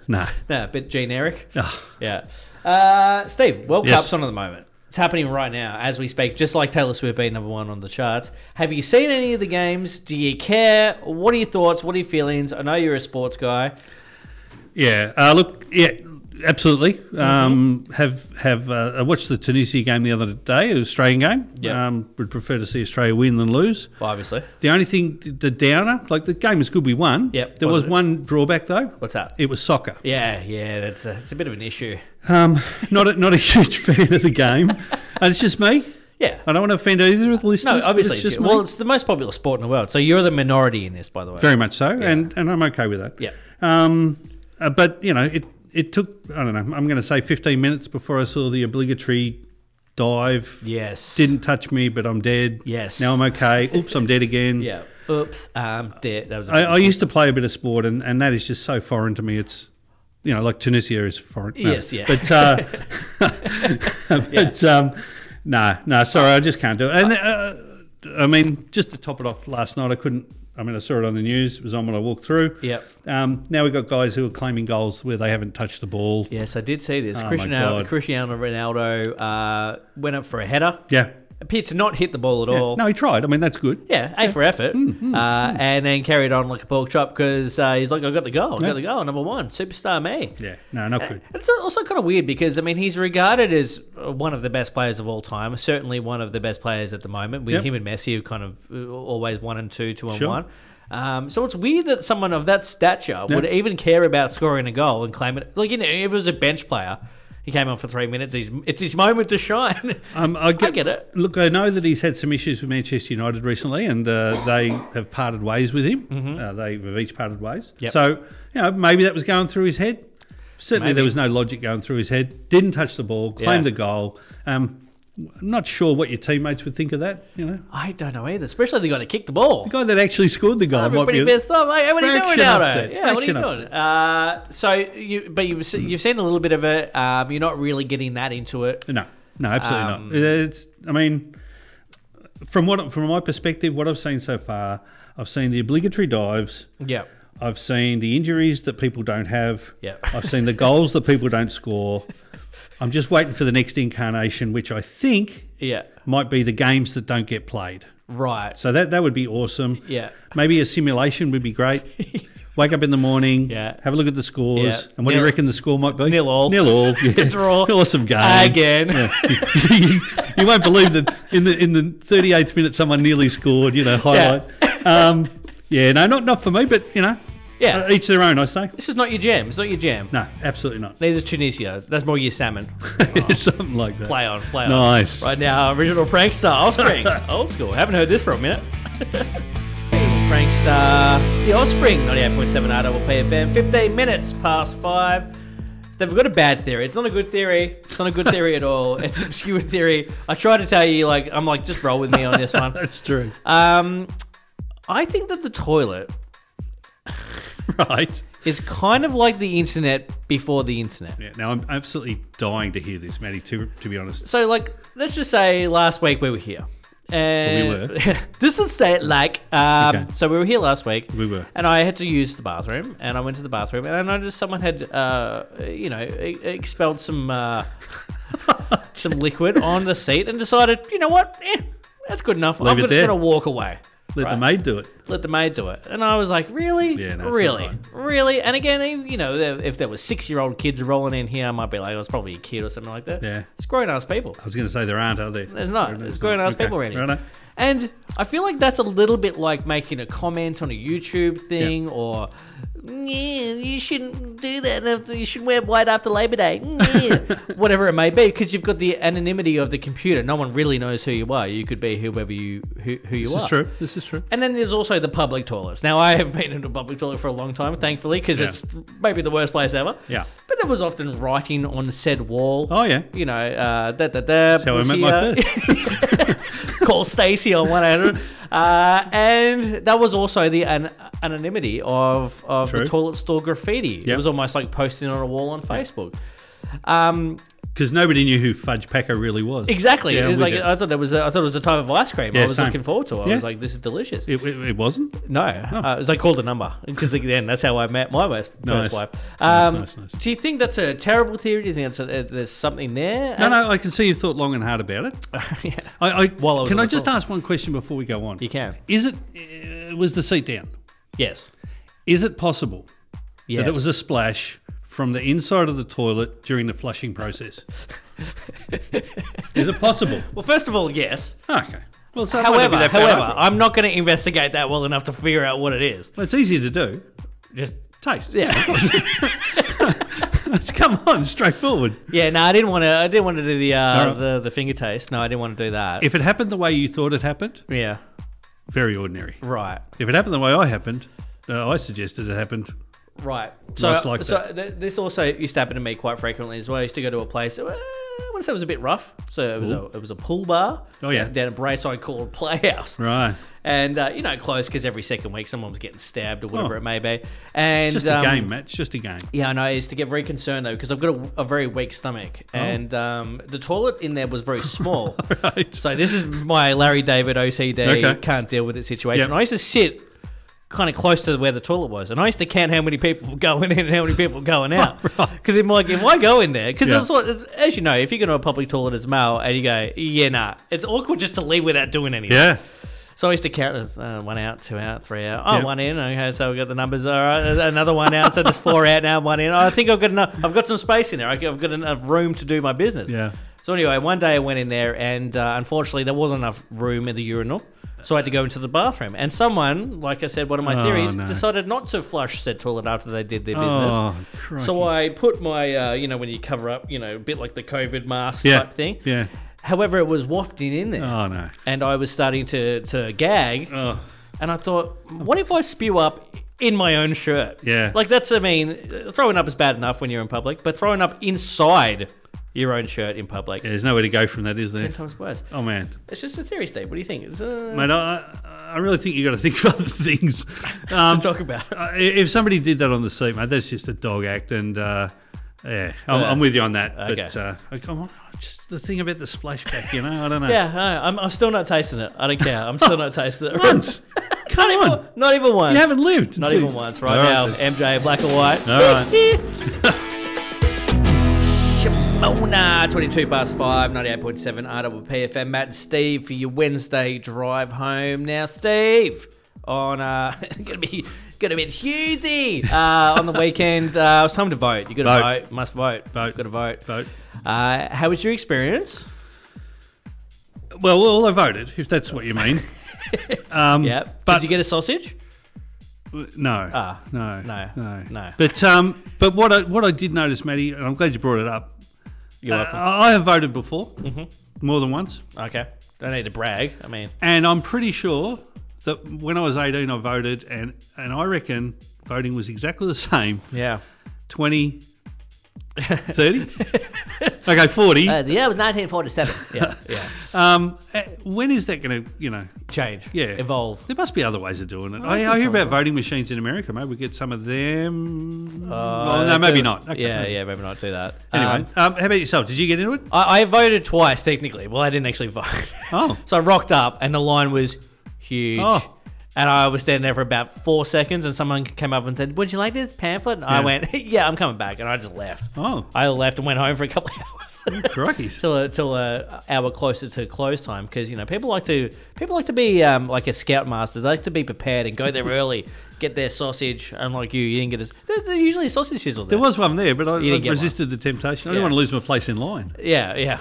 B: no.
A: No, a bit generic.
B: Oh,
A: Yeah. Uh, Steve, World
B: Yes.
A: Cup's on at the moment. It's happening right now as we speak, just like Taylor Swift being number one on the charts. Have you seen any of the games? Do you care? What are your thoughts? What are your feelings? I know you're a sports guy.
B: yeah. Uh, look, yeah, absolutely. Um, Have have uh, I watched the Tunisia game the other day, the Australian game.
A: Yeah.
B: Um, would prefer to see Australia win than lose.
A: Well, obviously.
B: The only thing, the downer, like the game is good, we won.
A: Yep,
B: There was
A: wasn't it?
B: one drawback though.
A: What's that?
B: It was soccer.
A: Yeah, yeah, that's a, it's a bit of an issue.
B: Um, not a, not a huge fan of the game. And it's just me.
A: Yeah.
B: I don't want to offend either of the listeners.
A: No,
B: but
A: obviously.
B: Uh, it's just
A: it's- well,
B: me.
A: it's the most popular sport in the world. So you're the minority in this, by the way.
B: Very much so, and and I'm okay with that.
A: Yeah.
B: Um, uh, but you know, it it took I don't know. I'm going to say 15 minutes before I saw the obligatory dive.
A: Yes.
B: Didn't touch me, but I'm dead.
A: Yes.
B: Now I'm okay. Oops, I'm dead again.
A: Yeah. Oops. Um. Dead. That was. a
B: I, I
A: bit-
B: used to play a bit of sport, and, and that is just so foreign to me. It's you know, like Tunisia is foreign. No.
A: Yes, yeah.
B: But uh, but um, no, no, sorry, I just can't do it. And uh, I mean, just to top it off, last night I couldn't. I mean, I saw it on the news. It was on when I walked through.
A: Yep.
B: Um, now we've got guys who are claiming goals where they haven't touched the ball.
A: Yes, I did see this.
B: Oh, my
A: Cristiano,
B: God.
A: Cristiano Ronaldo uh, went up for a header.
B: Yeah.
A: Appeared to not hit the ball at
B: Yeah.
A: all.
B: No, Hmm, he tried. I mean, that's good.
A: Yeah, A for effort. uh, And then carried on like a pork chop because uh, he's like, I got the goal. I
B: Yeah.
A: got the goal. Number one, superstar me.
B: Yeah. No, not good.
A: It's also kind of weird because I mean he's regarded as uh, one of the best players of all time, certainly one of the best players at the moment. With
B: Yep.
A: him and Messi, who kind of uh, always one and two, two and
B: Sure.
A: one. Um, so it's weird that someone of that stature would
B: Yep.
A: even care about scoring a goal and claim it. Like you know, if it was a bench player, he came on for three minutes. He's, it's his moment to shine.
B: Um, I, get,
A: get it.
B: Look, I know that he's had some issues with Manchester United recently, and uh, they have parted ways with him. Uh, they have each parted ways.
A: Mm-hmm. Yep.
B: So, you know, maybe that was going through his head. Certainly,
A: Maybe.
B: there was no logic going through his head. Didn't touch the ball. Claimed
A: Yeah.
B: the goal. Um, I'm not sure what your teammates would think of that. You know,
A: I don't know either. Especially if they got to kick the ball.
B: the guy that actually scored the goal might
A: Everybody
B: be.
A: pissed off. Like, hey, what are you doing
B: Fraction
A: now?
B: upset.
A: Yeah, what are you
B: Fraction
A: doing? Uh, so you, but you've se- you've seen a little bit of it. Um, you're not really getting that into it.
B: No, no, absolutely
A: Um,
B: not. It's. I mean, from what from my perspective, what I've seen so far, I've seen the obligatory dives.
A: Yeah.
B: I've seen the injuries that people don't have.
A: Yeah.
B: I've seen the goals that people don't score. I'm just waiting for the next incarnation, which I think
A: Yeah.
B: might be the games that don't get played.
A: Right.
B: So that that would be awesome.
A: Yeah.
B: Maybe a simulation would be great. Wake up in the morning,
A: Yeah.
B: have a look at the scores,
A: Yeah.
B: and what do you
A: Nil-
B: reckon the score might be?
A: Nil all.
B: Nil all. Yeah.
A: a draw.
B: Awesome game.
A: Again.
B: Yeah. you, you won't believe that in the in the 38th minute someone nearly scored. You know, highlight. Um, yeah, no, not not for me, but you know,
A: Yeah.
B: uh, each their own. I say.
A: This is not your jam. It's not your jam.
B: No, absolutely not.
A: Neither is Tunisia. That's more your salmon.
B: Something like that.
A: Play on, play on.
B: Nice.
A: Right now, original prankster, Offspring, old school. Haven't heard this for a minute. Original prankster, the Offspring, 98.7 RWPFM, 15 minutes past five. Steph, we've got a bad theory. It's not a good theory. It's not a good theory at all. It's obscure theory. I try to tell you, like, I'm like, just roll with me on this one.
B: That's true.
A: Um, I think that the toilet
B: Right.
A: is kind of like the internet before the internet.
B: Yeah, now I'm absolutely dying to hear this, Maddie. To to be honest,
A: So, like, let's just say last week we were here. And
B: Well, we
A: this is that, like, um,
B: Okay.
A: so we were here last week.
B: We were.
A: And I had to use the bathroom, and I went to the bathroom, and I noticed someone had, uh, you know, e- expelled some uh, some liquid on the seat, and decided, you know what, eh, that's good enough. I'm
B: it
A: just
B: there.
A: gonna walk away.
B: let
A: Right.
B: the maid do it.
A: Let the maid do it, and I was like, really,
B: Yeah, no, it's
A: really,
B: not
A: really. And again, even, you know, there- if there were six year old kids rolling in here, I might be like, oh, it's probably a kid or something like that.
B: Yeah.
A: it's grown ass people.
B: I was going to say there aren't, are there?
A: There's not.
B: There
A: There's
B: is
A: grown
B: not.
A: ass
B: Okay.
A: people reading.
B: Righto.
A: And I feel like that's a little bit like making a comment on a YouTube thing or, yeah, you shouldn't do that. After, you should wear white after Labor Day. Yeah." Whatever it may be, because you've got the anonymity of the computer. No one really knows who you are. You could be whoever you who, who you
B: This
A: are.
B: is true. This is true.
A: And then there's also the public toilets. Now I have been in a public toilet for a long time, thankfully, because
B: Yeah.
A: it's maybe the worst place ever.
B: Yeah.
A: But there was often writing on the said wall.
B: Oh, yeah.
A: You know, uh, da da da.
B: how I
A: was
B: met my
A: here. Call Stacy on one hundred. Uh, and that was also the an- anonymity of of the
B: True.
A: toilet store graffiti. It
B: Yep.
A: was almost like posting on a wall on Facebook. Um,
B: Because nobody knew who Fudge Packer really was.
A: exactly.
B: Yeah,
A: it was
B: we
A: like uh,
B: do.
A: I thought it was a, I thought it was a type of ice cream. I
B: Yeah,
A: was
B: same.
A: looking forward to. it. I
B: Yeah.
A: was like, this is delicious.
B: It, it, it wasn't?
A: No, uh, it was like called a number because again, that's how I met my first, first
B: Nice.
A: wife.
B: Nice,
A: Um,
B: nice, nice.
A: Do you think that's a terrible theory? Do you think it's a, uh, there's something there?
B: No, no, I can see you've thought long and hard about it.
A: yeah,
B: I, I,
A: While I was
B: can
A: on
B: I
A: the
B: just
A: phone.
B: ask one question before we go on?
A: you can.
B: Is it, uh, was the seat down?
A: Yes.
B: Is it possible
A: Yes.
B: that it was a splash from the inside of the toilet during the flushing process? is it possible? Ah,
A: well, first of all, yes.
B: Okay. Well, so it might not be
A: However,
B: that bad
A: however,
B: after all.
A: I'm not going to investigate that well enough to figure out what it is.
B: Well, it's easy to do.
A: Just
B: Taste.
A: yeah,
B: Come on, straightforward.
A: yeah. No, I didn't want to. I didn't want to do the uh,
B: Alright.
A: the the finger taste. No, I didn't want to do that.
B: If it happened the way you thought it happened,
A: yeah.
B: very ordinary.
A: Right.
B: If it happened the way I happened, uh, I suggested it happened.
A: Right. So,
B: Nice like
A: so th- this also used to happen to me quite frequently as well. I used to go to a place. Uh, I want to say it was a bit rough. So it was a
B: Ooh.
A: it was a pool bar.
B: Oh, yeah.
A: Down at Brayside called Playhouse.
B: Right.
A: And uh, you know, close because every second week someone was getting stabbed or whatever
B: Oh.
A: it may be. And
B: It's just a
A: um,
B: game, Matt. It's just a game.
A: Yeah, I know. I used to get very concerned though because I've got a, a very weak stomach,
B: Oh.
A: and um, the toilet in there was very small.
B: Right.
A: So this is my Larry David OCD
B: Okay.
A: can't deal with it situation.
B: Yep.
A: I used to sit kind of close to where the toilet was, and I used to count how many people were going in and how many people were going out. Because I'm like, if I go in there, because
B: Yeah.
A: as you know, if you go to a public toilet as male and you go, yeah, nah, it's awkward just to leave without doing anything.
B: Yeah.
A: So I used to count as uh, one out, two out, three out. Oh,
B: Yep.
A: one in. Okay, so we got the numbers. All right, Uh, another one out. So there's four out now, one in. Oh, I think I've got enough. I've got some space in there. I- I've got enough room to do my business.
B: Yeah.
A: So anyway, one day I went in there, and uh, unfortunately, there wasn't enough room in the urinal, so I had to go into the bathroom. And someone, like I said, one of my
B: Oh,
A: theories,
B: no.
A: decided not to flush said toilet after they did their business.
B: Oh, crikey.
A: so I put my, uh, you know, when you cover up, you know, a bit like the COVID mask
B: yeah.
A: type thing.
B: Yeah.
A: However, it was wafting in there,
B: Oh no.
A: and I was starting to to gag.
B: Oh.
A: And I thought, what if I spew up in my own shirt?
B: Yeah.
A: Like, that's, I mean, throwing up is bad enough when you're in public, but throwing up inside your own shirt in public,
B: Yeah, there's nowhere to go from that, is there?
A: 10 times worse.
B: Oh man,
A: It's just a theory, Steve. What do you think? It's uh,
B: mate, I, I- I really think you got to think of other things. Um,
A: to talk about.
B: uh, if somebody did that on the seat, mate, that's just a dog act, and uh, yeah, I'm,
A: Yeah.
B: I'm with you on that. But
A: Okay.
B: uh, I come on, just the thing about the splashback, you know, I don't know.
A: Yeah, no, I'm, I'm still not tasting it. I don't care. I'm still not tasting it.
B: Once, come
A: Not
B: on,
A: even- Not even once.
B: you haven't lived.
A: Not
B: until-
A: even once. Right
B: All
A: now,
B: then.
A: MJ, black and white.
B: All right.
A: Shimona, 22 past 5, 98.7 RWPFM. Matt and Steve for your Wednesday drive home. Now, Steve, on uh, gonna be gonna be huge uh, on the weekend. Uh, it's time to vote. You gotta vote.
B: Vote.
A: Must vote.
B: Vote.
A: Gotta vote.
B: Vote.
A: Uh, how was your experience?
B: Well, well, I voted, if that's what you mean. um,
A: Yep.
B: But
A: Did you get a sausage?
B: no,
A: Ah,
B: no,
A: no,
B: no,
A: no.
B: But um, but what I, what I did notice, Maddie, and I'm glad you brought it up.
A: You're
B: uh,
A: welcome. Mm-hmm.
B: I I have voted before, more than once,
A: Uh, Okay. Don't need to brag. I mean,
B: and I'm pretty sure that when I was 18, I voted, and and I reckon voting was exactly the same
A: yeah.
B: 20, 30? okay, 40.
A: Uh, the year was 1947. Yeah, yeah.
B: Um, uh, when is that going to, you know,
A: Change.
B: Yeah.
A: Evolve.
B: there must be other ways of doing it.
A: I
B: I,
A: think
B: I hear
A: so.
B: about voting machines in America. Maybe we get some of them.
A: Uh,
B: well, no, maybe
A: maybe-
B: not. Okay.
A: Yeah, yeah. Maybe not do that. Um,
B: Anyway, um, how about yourself? Did you get into it?
A: I, I voted twice technically. Well, I didn't actually vote.
B: Oh.
A: so I rocked up, and the line was huge.
B: Oh.
A: And I was standing there for about four seconds, and someone came up and said, "Would you like this pamphlet?" And I
B: Yeah.
A: went, "Yeah, I'm coming back," and I just left.
B: Oh,
A: I left and went home for a couple of hours.
B: crikey's.
A: till a, till a hour closer to close time because you know people like to people like to be um, like a scoutmaster. They like to be prepared and go there early, get their sausage. Unlike you, you didn't get a. There's there's usually a sausage sizzle there.
B: There was one there, but I, I
A: didn't get
B: resisted the temptation. I
A: Yeah.
B: didn't want to lose my place in line.
A: Yeah, yeah.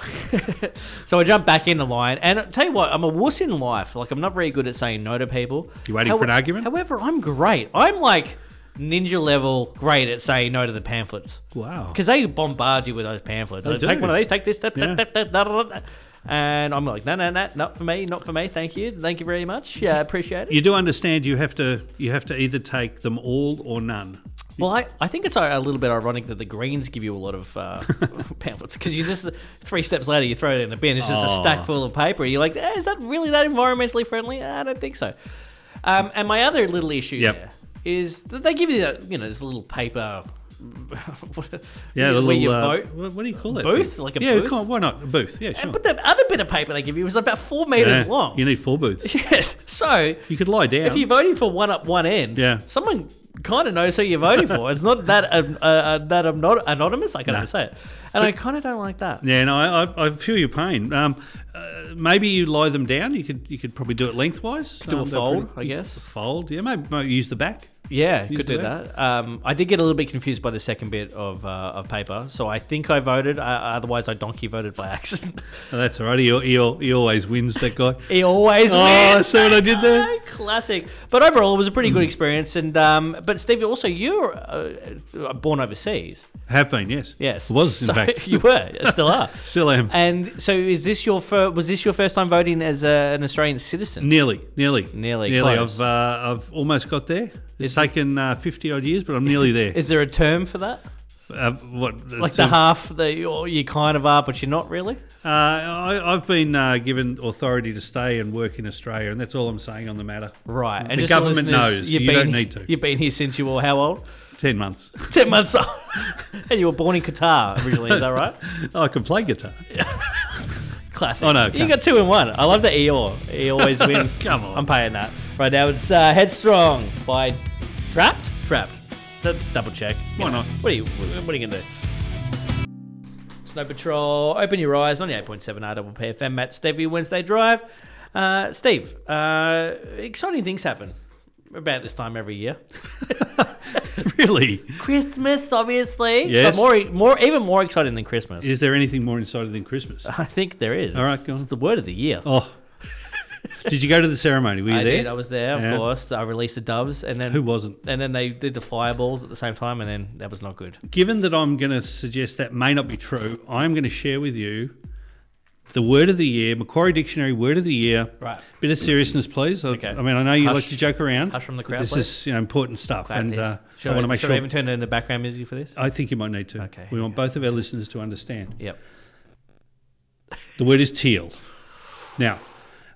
A: so I jumped back in the line, and I tell you what, I'm a wuss in life. Like I'm not very good at saying no to people.
B: You waiting for an argument?
A: However, I'm great. I'm like ninja level great at saying no to the pamphlets.
B: Wow.
A: Because they bombard you with those pamphlets.
B: They
A: Like, take
B: do.
A: one of these, take this, that,
B: Yeah.
A: that, that, that, da, da, da, da. and I'm like, no, no, no, not for me, not for me. Thank you, thank you very much. Yeah, I appreciate it.
B: You do understand you have to you have to either take them all or none.
A: Well, I, I think it's uh, a, a little bit ironic that the Greens give you a lot of uh, pamphlets because you just three steps later you throw it in the bin. It's just a
B: Aw.
A: stack full of paper. You're like, eh, is that really that environmentally friendly? Eh, I don't think so. Um, and my other little issue
B: Yep.
A: there is that they give you that you know this little paper.
B: Yeah, the
A: where
B: little
A: you
B: uh,
A: vote.
B: What, what do you call that?
A: Booth?
B: thing?
A: Like a
B: yeah,
A: booth?
B: come on, why not a booth? Yeah, sure.
A: But the other bit of paper they give you was about four meters
B: Yeah,
A: long.
B: You need four booths.
A: yes. So
B: You could lie down.
A: if you're voting for one up one end,
B: Yeah.
A: someone kind of knows who you're voting for. It's not that um, uh, uh, that I'm not anonymous. I can
B: No.
A: not say it, and I kind of don't like that.
B: Yeah, no, I, I, I feel your pain. Um, uh, maybe you lie them down. You could you could probably do it lengthwise.
A: do a
B: Um, they're
A: fold,
B: pretty-
A: I guess.
B: Fold, yeah. Maybe, maybe use the back.
A: Yeah,
B: Use
A: could
B: the
A: do that. Um, I did get a little bit confused by the second bit of, uh, of paper, so I think I voted. Uh, otherwise, I donkey voted by accident.
B: Oh, that's all right. He, he, he always wins that guy.
A: He always
B: Oh,
A: wins.
B: see what I did there?
A: Oh, Classic. But overall, it was a pretty good experience. And um, but Steve, also you're uh, born overseas.
B: Have been, yes.
A: Yes,
B: was in
A: So-
B: fact.
A: you were still are.
B: Still am.
A: And so, is this your fir- was this your first time voting as a, an Australian citizen?
B: Nearly, nearly,
A: Nearly,
B: nearly.
A: close.
B: I've uh, I've almost got there. It's
A: Is-
B: taken uh, fifty odd years, but I'm nearly there.
A: Is there a term for that?
B: uh, what?
A: Like
B: it's
A: the
B: a-
A: half that you're, you kind of are, but you're not really.
B: Uh, I, I've been uh, given authority to stay and work in Australia, and that's all I'm saying on the matter.
A: Right, and
B: The
A: just for
B: government
A: listeners,
B: knows.
A: you've
B: You
A: been,
B: don't need to.
A: You've been here since you were how old?
B: Ten months.
A: Ten months old, and you were born in Qatar originally. Is that right?
B: I can play guitar.
A: Classic.
B: Oh, no,
A: you
B: can't.
A: got two in one. I love the Eeyore. He always wins.
B: Come on.
A: I'm paying that. Right now it's uh, Headstrong by Trapped. Trapped. D- double check.
B: Why not?
A: What are you? What are you gonna do? Snow Patrol. Open your eyes. Ninety-eight point seven RPFM. Matt Stevie. Wednesday Drive. Uh, Steve. Uh, exciting things happen about this time every year.
B: really?
A: Christmas, obviously.
B: Yes.
A: But more, e, more, even more exciting than Christmas.
B: Is there anything more exciting than Christmas?
A: I think there is.
B: All right,
A: It's-
B: go on.
A: It's the word of the year.
B: Oh. did you go to the ceremony? Were you
A: I
B: there?
A: did. I was there, of
B: Yeah.
A: course. I released the doves, and then
B: Who wasn't?
A: and then they did the fireballs at the same time, and then that was not good.
B: Given that I'm going to suggest that may not be true, I'm going to share with you the word of the year, Macquarie Dictionary word of the year.
A: Right.
B: Bit of seriousness, please. I,
A: Okay.
B: I mean, I know you
A: Hush-
B: like to joke around.
A: hush from the
B: but
A: crowd,
B: This
A: please.
B: is you know, important stuff,
A: That
B: and
A: is-
B: uh, I
A: should
B: want to make
A: should
B: sure.
A: I even turn in the background music for this?
B: I think you might need to.
A: Okay,
B: We want both of our listeners to understand.
A: Yep.
B: The word is teal. Now,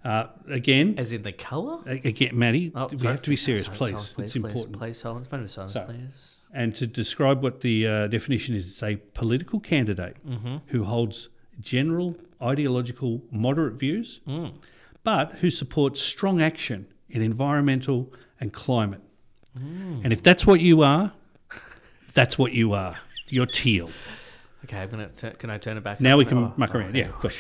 B: uh, again,
A: As in the color.
B: a- again, Maddie,
A: Oh,
B: we
A: sorry.
B: have to be serious,
A: Sorry,
B: please.
A: silence,
B: It's
A: please,
B: important.
A: Please, silence. Moment of silence,
B: So-
A: please.
B: And to describe what the uh, definition is, it's a political candidate
A: Mm-hmm.
B: who holds general ideological moderate views,
A: Mm.
B: but who supports strong action in environmental and climate.
A: Mm.
B: And if that's what you are, that's what you are. You're teal.
A: Okay, I'm gonna. T- can I turn it back?
B: Now
A: on?
B: we can
A: Oh,
B: muck
A: oh,
B: around.
A: okay.
B: Yeah, of course.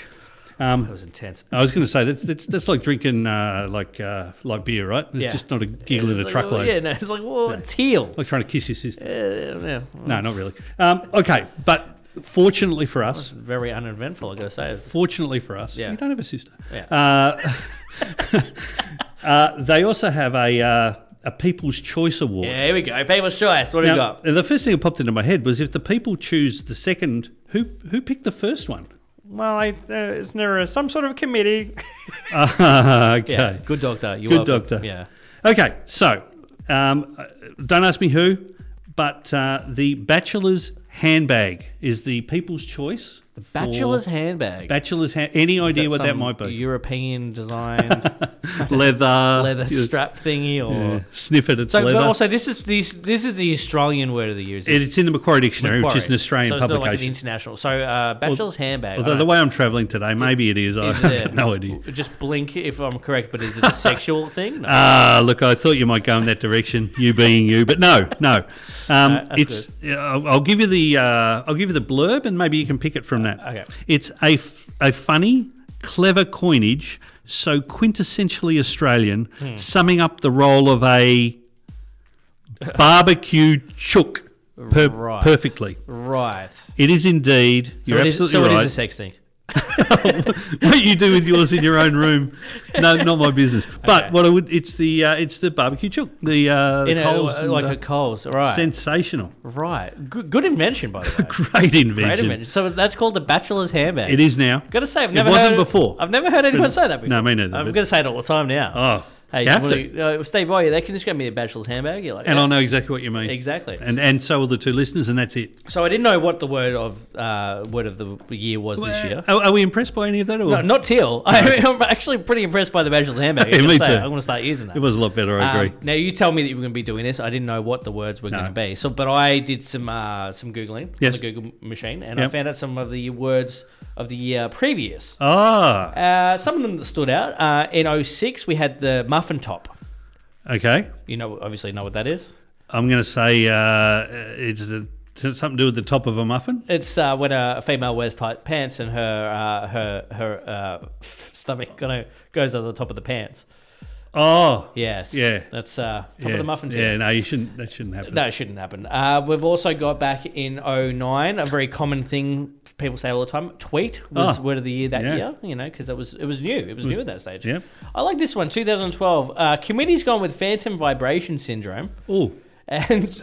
B: Um,
A: That was intense.
B: I was going to say that's, that's that's like drinking uh, like uh, like beer, right? It's
A: Yeah.
B: just not a giggle in
A: It's
B: a
A: like,
B: truckload.
A: Yeah, no, it's like, well, it's teal.
B: Like trying to kiss your sister.
A: Yeah, yeah, well,
B: No, not really. Um, okay, but fortunately for us,
A: Very uneventful, I gotta say.
B: fortunately for us,
A: Yeah.
B: we don't have a sister.
A: Yeah.
B: Uh, uh, they also have a uh, a People's Choice Award.
A: Yeah, here we go. People's choice. What do you
B: Now,
A: got?
B: the first thing that popped into my head was if the people choose the second, who who picked the first one?
A: Well, I, uh, isn't there a, some sort of committee?
B: Ah, okay.
A: Yeah, good doctor. You're
B: Good
A: welcome.
B: doctor.
A: Yeah.
B: Okay, so um, uh, don't ask me who, but uh, the Bachelor's handbag is the People's Choice. The
A: Bachelor's handbag.
B: Bachelor's hand. Any idea what that
A: some
B: might be?
A: European designed
B: leather,
A: leather
B: you-
A: strap thingy, or
B: yeah, Sniff it, it's
A: so.
B: leather.
A: But also, this is the this is the Australian word of the year.
B: It- it's in the Macquarie Dictionary, which is an Australian
A: so it's Not like an
B: publication.
A: international. So uh, bachelor's handbag.
B: Although the
A: alright.
B: way I'm travelling today, maybe it is. I
A: Is
B: have
A: it-
B: no idea.
A: Just blink if I'm correct, but is it a sexual thing? No.
B: Ah, look, I thought you might go in that direction, you being you, but no, no. Um,
A: that's
B: it's. yeah, I'll, I'll give you the. Uh, I'll give you the blurb, and maybe you can pick it from that.
A: Uh, okay.
B: It's a, f- a funny, clever coinage, so quintessentially Australian,
A: Hmm.
B: summing up the role of a barbecue chook per-
A: Right.
B: perfectly.
A: right. So
B: It is indeed. you're
A: it is-
B: absolutely
A: so
B: right.
A: it is a sex thing.
B: what you do with yours in your own room, no, not my business. But what I would, it's the uh, it's the barbecue chook, the uh,
A: In
B: the
A: a,
B: coals and
A: like
B: the-
A: a Coles. Right.
B: sensational,
A: right. Good, good invention, by the way.
B: great
A: Great
B: invention.
A: invention. So that's called the bachelor's handbag.
B: It is now.
A: Gotta say, I've never
B: wasn't
A: heard,
B: before.
A: I've never heard anyone say that before.
B: No, me neither,
A: I'm
B: but-
A: gonna say it all the time now.
B: Oh,
A: Hey,
B: you have
A: what
B: to,
A: do you- uh, Steve, why are you there? Can you just get me a bachelor's handbag? You're like,
B: and
A: yeah,
B: I know exactly what you mean.
A: exactly.
B: And and so will the two listeners, and that's it.
A: So I didn't know what the word of uh, word of the year was this year.
B: Are, are we impressed by any of that? Or?
A: No, not teal. I mean, I'm actually pretty impressed by the bachelor's handbag. I
B: Yeah,
A: gotta
B: me
A: say,
B: too.
A: I'm gonna start using that.
B: it was a lot better. I
A: Um,
B: agree.
A: now you tell me that you were going to be doing this. I didn't know what the words were going to be. So, but I did some uh, some googling
B: Yes.
A: on the Google machine, and I
B: Yep.
A: found out some of the words of the year previous.
B: Ah,
A: Uh, some of them that stood out uh, in 06, we had the muffin top.
B: okay.
A: You know, obviously know what that is.
B: I'm going to say uh, it's the, something to do with the top of a muffin.
A: It's uh, when a female wears tight pants and her uh, her her uh, stomach gonna, goes over the top of the pants.
B: Oh,
A: Yes.
B: Yeah.
A: That's uh, top
B: yeah.
A: of the muffin.
B: Yeah, no, you shouldn't. That shouldn't happen.
A: That shouldn't happen. Uh, we've also got back in 09 a very common thing people say all the time. Tweet was
B: Oh,
A: word of the year that
B: yeah.
A: year, you know, because that was it was new. It was, new at that stage.
B: yeah.
A: I like this one. 2012. Uh, committee's gone with phantom vibration syndrome,
B: Oh,
A: and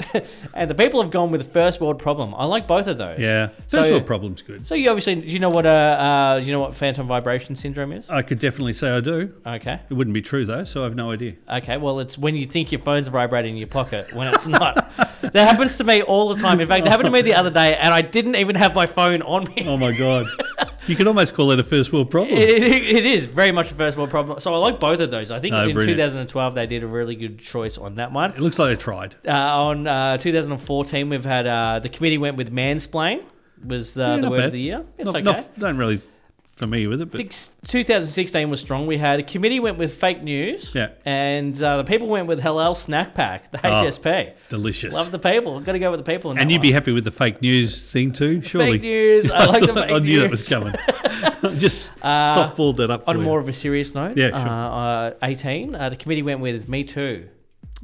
A: and the people have gone with first world problem. I like both of those.
B: yeah. First
A: So-
B: world problem's good.
A: So you obviously do you know what uh, uh do you know what phantom vibration syndrome is?
B: I could definitely say I do.
A: Okay.
B: It wouldn't be true though, so I've no idea.
A: Okay, well, it's when you think your phone's vibrating in your pocket when it's not. that happens to me all the time. In fact, it happened to me the other day, and I didn't even have my phone on me.
B: Oh my god, you could almost call that a first world problem.
A: It, it- it is very much a first world problem. So I like both of those. I think
B: No,
A: in
B: brilliant.
A: 2012 they did a really good choice on that one.
B: It looks like they tried.
A: Uh, on uh, 2014, we've had uh, the committee went with mansplain was uh,
B: Yeah,
A: the
B: not
A: word
B: bad.
A: of the year. It's
B: not,
A: okay.
B: not, don't really familiar with it,
A: I
B: but
A: think s- 2016 was strong. We had a committee went with fake news,
B: Yeah. Oh.
A: and uh, the people went with halal snack pack, the HSP.
B: delicious.
A: Love the people. Got to go with the people. In
B: and
A: that
B: you'd be
A: one.
B: happy with the fake news thing too, surely.
A: fake news. I like the
B: thought-
A: fake
B: I
A: news.
B: knew that was coming. Just
A: Uh,
B: softballed that up. For
A: On
B: you.
A: more of a serious note,
B: Yeah, sure.
A: uh, uh, 18. Uh, the committee went with Me Too.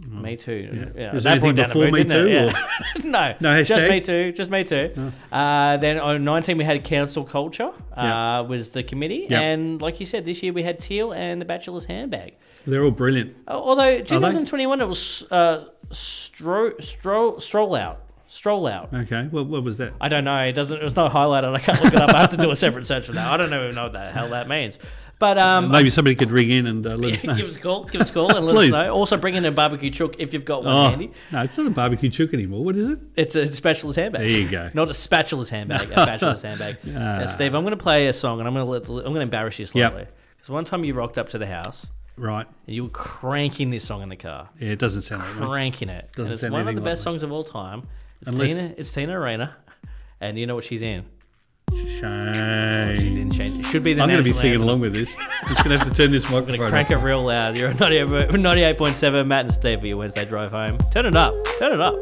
A: Me Too. Yeah,
B: Mm.
A: that
B: Was there anything
A: brought down the
B: before
A: mood,
B: Me
A: didn't it?
B: Too,
A: Yeah. no,
B: No
A: Just
B: hashtag? Oh.
A: Me Too. Just Me Too. Uh, then on 19 we had cancel culture.
B: Yeah.
A: Uh, was the committee,
B: Yeah.
A: and like you said, this year we had teal and the bachelor's handbag.
B: They're all brilliant.
A: Uh, although 2021 it was uh, stro- stro- stroll out, stroll out.
B: Okay, well, what was that?
A: I don't know. It doesn't. It's not highlighted. I can't look it up. I have to do a separate search for that. I don't even know what the hell that means. But um,
B: Maybe somebody could ring in and uh, let us know.
A: give us a call. Give us a call and let us
B: Please.
A: know. Also, bring in a barbecue chook if you've got one
B: Oh,
A: handy.
B: no, it's not a barbecue chook anymore. What is it?
A: It's a spatula's handbag.
B: There you go.
A: Not a spatula's handbag. A spatula's handbag. Now, Steve, I'm going to play a song and I'm going to let the, I'm going to embarrass you
B: Yep.
A: slightly. Because one time you rocked up to the house
B: Right.
A: and you were cranking this song in the car,
B: Yeah, it doesn't sound like me.
A: cranking it. And
B: Doesn't
A: it's
B: sound
A: one of the
B: anything
A: best
B: like
A: songs of all time. It's
B: Unless-
A: Tina. It's Tina Arena, and you know what she's in.
B: Shame.
A: She's in change. Should be the
B: I'm going to be
A: national
B: singing
A: anthem.
B: along with this. I'm just going to have to turn this microphone off.
A: Crank it real loud. You're on 98 98.7. Matt and Steve for your Wednesday drive home. Turn it up. Turn it up.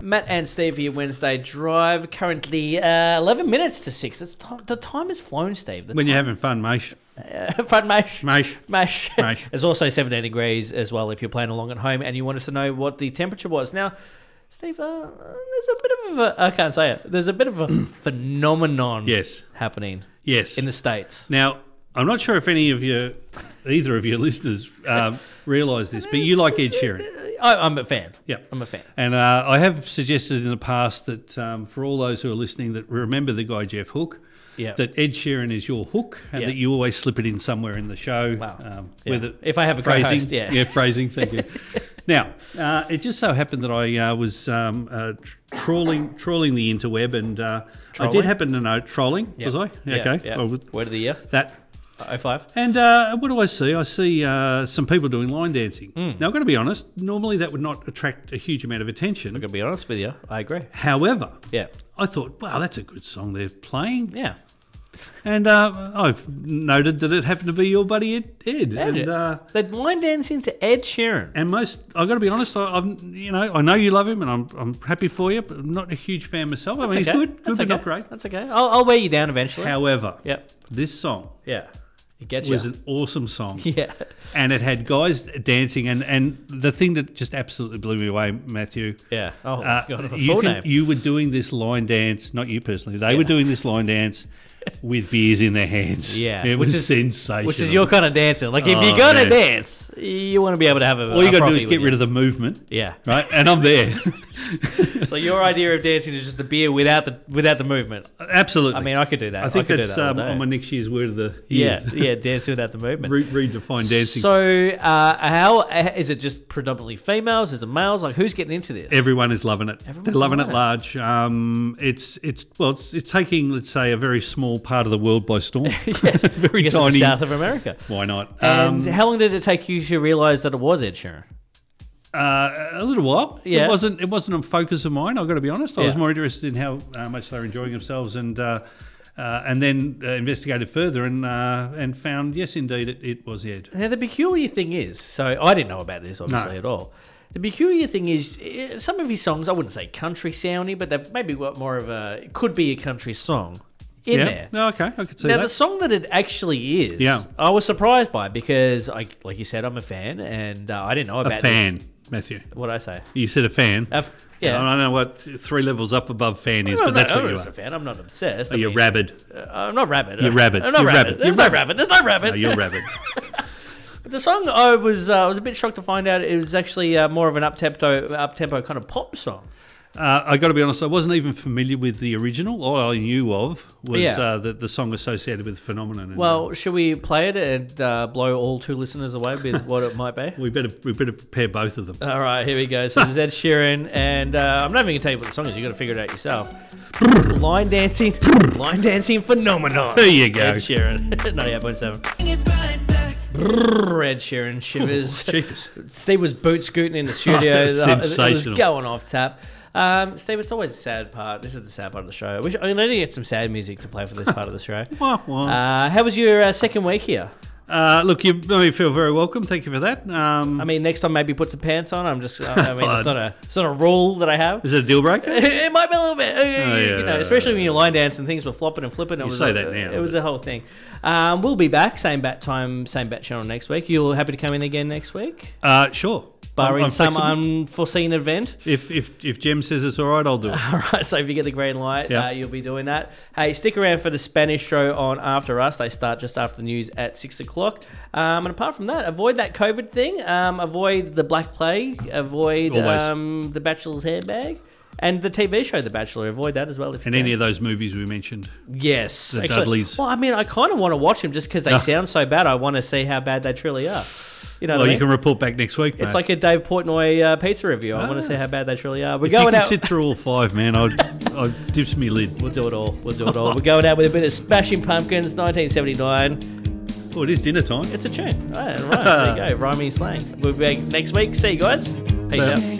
A: Matt and Steve for your Wednesday drive. Currently uh, 11 minutes to 6. It's time, the time has flown, Steve. The
B: When you're having fun, mate.
A: uh, fun, mate.
B: Mate.
A: Mash.
B: Mash.
A: it's also 17 degrees as well if you're playing along at home and you want us to know what the temperature was. Now, Steve, uh, there's a bit of a, I can't say it, there's a bit of a phenomenon
B: Yes.
A: happening
B: Yes.
A: in the States.
B: Now, I'm not sure if any of you, either of your listeners, um, realise this, but you like Ed Sheeran.
A: I, I'm a fan.
B: Yep.
A: I'm a fan.
B: And uh, I have suggested in the past that um, for all those who are listening that remember the guy Jeff Hook,
A: Yeah.
B: that Ed Sheeran is your hook, and
A: Yeah.
B: that you always slip it in somewhere in the show.
A: Wow.
B: Um,
A: Yeah.
B: With it,
A: If I have a
B: phrasing,
A: co-host, yeah.
B: phrasing. Thank you. now, uh, it just so happened that I uh, was um, uh, tr- trawling, trawling the interweb, and uh, I
A: Trolling?
B: did happen to know trolling.
A: Yeah.
B: Was I?
A: Yeah,
B: okay.
A: yeah.
B: I would-
A: Word of the year, Oh,
B: that
A: 05.
B: and uh, what do I see? I see uh, some people doing line dancing.
A: Hmm.
B: Now, I've got to be honest, normally that would not attract a huge amount of attention.
A: I'm going to be honest with you. I agree.
B: However,
A: Yeah.
B: I thought, wow, that's a good song they're playing.
A: Yeah.
B: And uh, I've noted that it happened to be your buddy Ed. Ed. And, uh,
A: They'd line dancing to Ed Sheeran.
B: and most, I've got to be honest, I, I'm, you know, I know you love him and I'm, I'm happy for you, but I'm not a huge fan myself. I mean, he's
A: okay.
B: good, good
A: That's
B: but
A: okay.
B: not great.
A: That's okay. I'll, I'll wear you down eventually.
B: However,
A: Yep.
B: this song
A: Yeah. It gets
B: was
A: you.
B: an awesome song.
A: Yeah.
B: and it had guys dancing and and the thing that just absolutely blew me away matthew
A: Yeah. Oh,
B: uh,
A: God, a
B: you,
A: full
B: can-
A: name.
B: you were doing this line dance not you personally they were doing this line dance with beers in their hands
A: Yeah,
B: it
A: which
B: was
A: is-
B: sensational
A: Which is your kind of dancing. Like if you're
B: Oh,
A: gonna
B: man.
A: dance, you want to be able to have a.
B: all you gotta do is get rid of the movement
A: Yeah.
B: right and i'm there
A: So your idea of dancing is just the beer without the without the movement.
B: absolutely
A: I mean, I could do that.
B: i think
A: could
B: that's
A: do that all
B: um,
A: day.
B: on my next year's word of the year.
A: yeah, yeah, dancing without the movement.
B: Re- redefine dancing
A: So, uh, how uh, is it? Just predominantly females? Is it males? Like, who's getting into this?
B: Everyone is loving it. They're
A: Everyone's
B: loving it
A: loving it.
B: large. Um, it's it's well, it's, it's taking let's say a very small part of the world by storm.
A: yes, I
B: very
A: guess in the
B: tiny.
A: south of America.
B: Why not?
A: And
B: Um,
A: how long did it take you to realize that it was Ed Sheeran?
B: uh, a little while.
A: Yeah.
B: It wasn't it wasn't a focus of mine. I've got to be honest. I was
A: Yeah.
B: more interested in how uh, much they were enjoying themselves and. Uh, uh, and then uh, investigated further and uh, and found yes indeed it, it was Ed.
A: Now, the peculiar thing is, so I didn't know about this obviously
B: No.
A: at all. The peculiar thing is, eh, some of his songs, I wouldn't say country soundy, but they've maybe got more of a, it could be a country song in
B: yeah.
A: there.
B: No, okay, I could see
A: Now,
B: that.
A: the song that it actually is,
B: Yeah.
A: I was surprised by because, I, like you said, I'm a fan and uh, I didn't know about
B: A fan, Matthew.
A: What I say?
B: You said a fan.
A: A f- yeah.
B: I don't know what three levels up above fan is,
A: I'm
B: but
A: not-
B: that's
A: I'm
B: what
A: not
B: you
A: just
B: are.
A: a fan. I'm not obsessed. I
B: Are you
A: mean,
B: rabid?
A: uh, I'm not rabid.
B: You're rabid.
A: I'm not
B: You're
A: rabid.
B: rabid.
A: There's
B: You're
A: no rabbit. There's no rabbit.
B: No, Uh, you're rabid.
A: The song I was uh, I was a bit shocked to find out it was actually uh, more of an up tempo up tempo kind of pop song.
B: Uh, I got to be honest. I wasn't even familiar with the original. All I knew of was
A: Yeah.
B: uh, the, the song associated with Phenomenon. And, uh,
A: Well, should we play it and uh, blow all two listeners away with what it might be?
B: we better we better prepare both of them.
A: All right, here we go. So this is Ed Sheeran, and uh, I'm not even gonna tell you what the song is. You got to figure it out yourself. line dancing, line dancing phenomenon.
B: There you go.
A: Ed Sheeran, 98.7.
C: Bring it right back.
A: Brrr, Ed Sheeran shivers.
B: Jeepers.
A: Steve was boot scooting in the studio.
B: That's
A: The- it was
B: sensational.
A: going off tap. Um, Steve, it's always a sad part. This is the sad part of the show. I wish I need to get some sad music to play for this part of the show.
B: Wah, wah.
A: Uh, how was your uh, second week here?
B: Uh, look, you made me feel very welcome. Thank you for that. Um,
A: I mean, next time maybe put some pants on. I'm just. I I mean, it's not a it's not a rule that I have.
B: is it a deal breaker?
A: it might be a little bit, uh,
B: Oh, yeah,
A: you
B: yeah,
A: know, especially
B: yeah,
A: when you line dance and things were flopping and flipping. It was
B: say
A: a-
B: that now,
A: It was
B: but-
A: a whole thing. Um, we'll be back, same bat time, same bat channel next week. You're happy to come in again next week,
B: Uh, sure.
A: barring
B: I'm- I'm
A: some
B: flexible.
A: unforeseen event.
B: if if if Jem says it's all right, I'll do it.
A: All right, so if you get the green light,
B: Yeah.
A: uh, you'll be doing that. Hey, stick around for the Spanish show on After Us. They start just after the news at six o'clock. Um, and apart from that, avoid that COVID thing. Um, avoid the Black Plague. Avoid
B: Always.
A: um, the Bachelor's handbag. And the TV show The Bachelor, avoid that as well. If
B: And
A: you
B: any
A: can.
B: of those movies we mentioned.
A: yes,
B: the
A: Actually,
B: Dudleys.
A: Well, I mean, I kind of want to watch them just because they sound so bad. I want to see how bad they truly are. You know, what
B: Well,
A: I mean?
B: you can report back next week.
A: it's like a Dave Portnoy uh, pizza review. I want
B: Ah.
A: to see how bad they truly are. We're
B: you
A: going
B: can
A: out.
B: sit through all five, man. I I dips me lid.
A: We'll do it all. We'll do it all. We're going out with a bit of Smashing Pumpkins, 1979.
B: Oh, it is dinner time.
A: It's a tune. All right, all right, there you go. Rhyming slang. We'll be back next week. See you guys. Peace
B: Yeah.
A: out.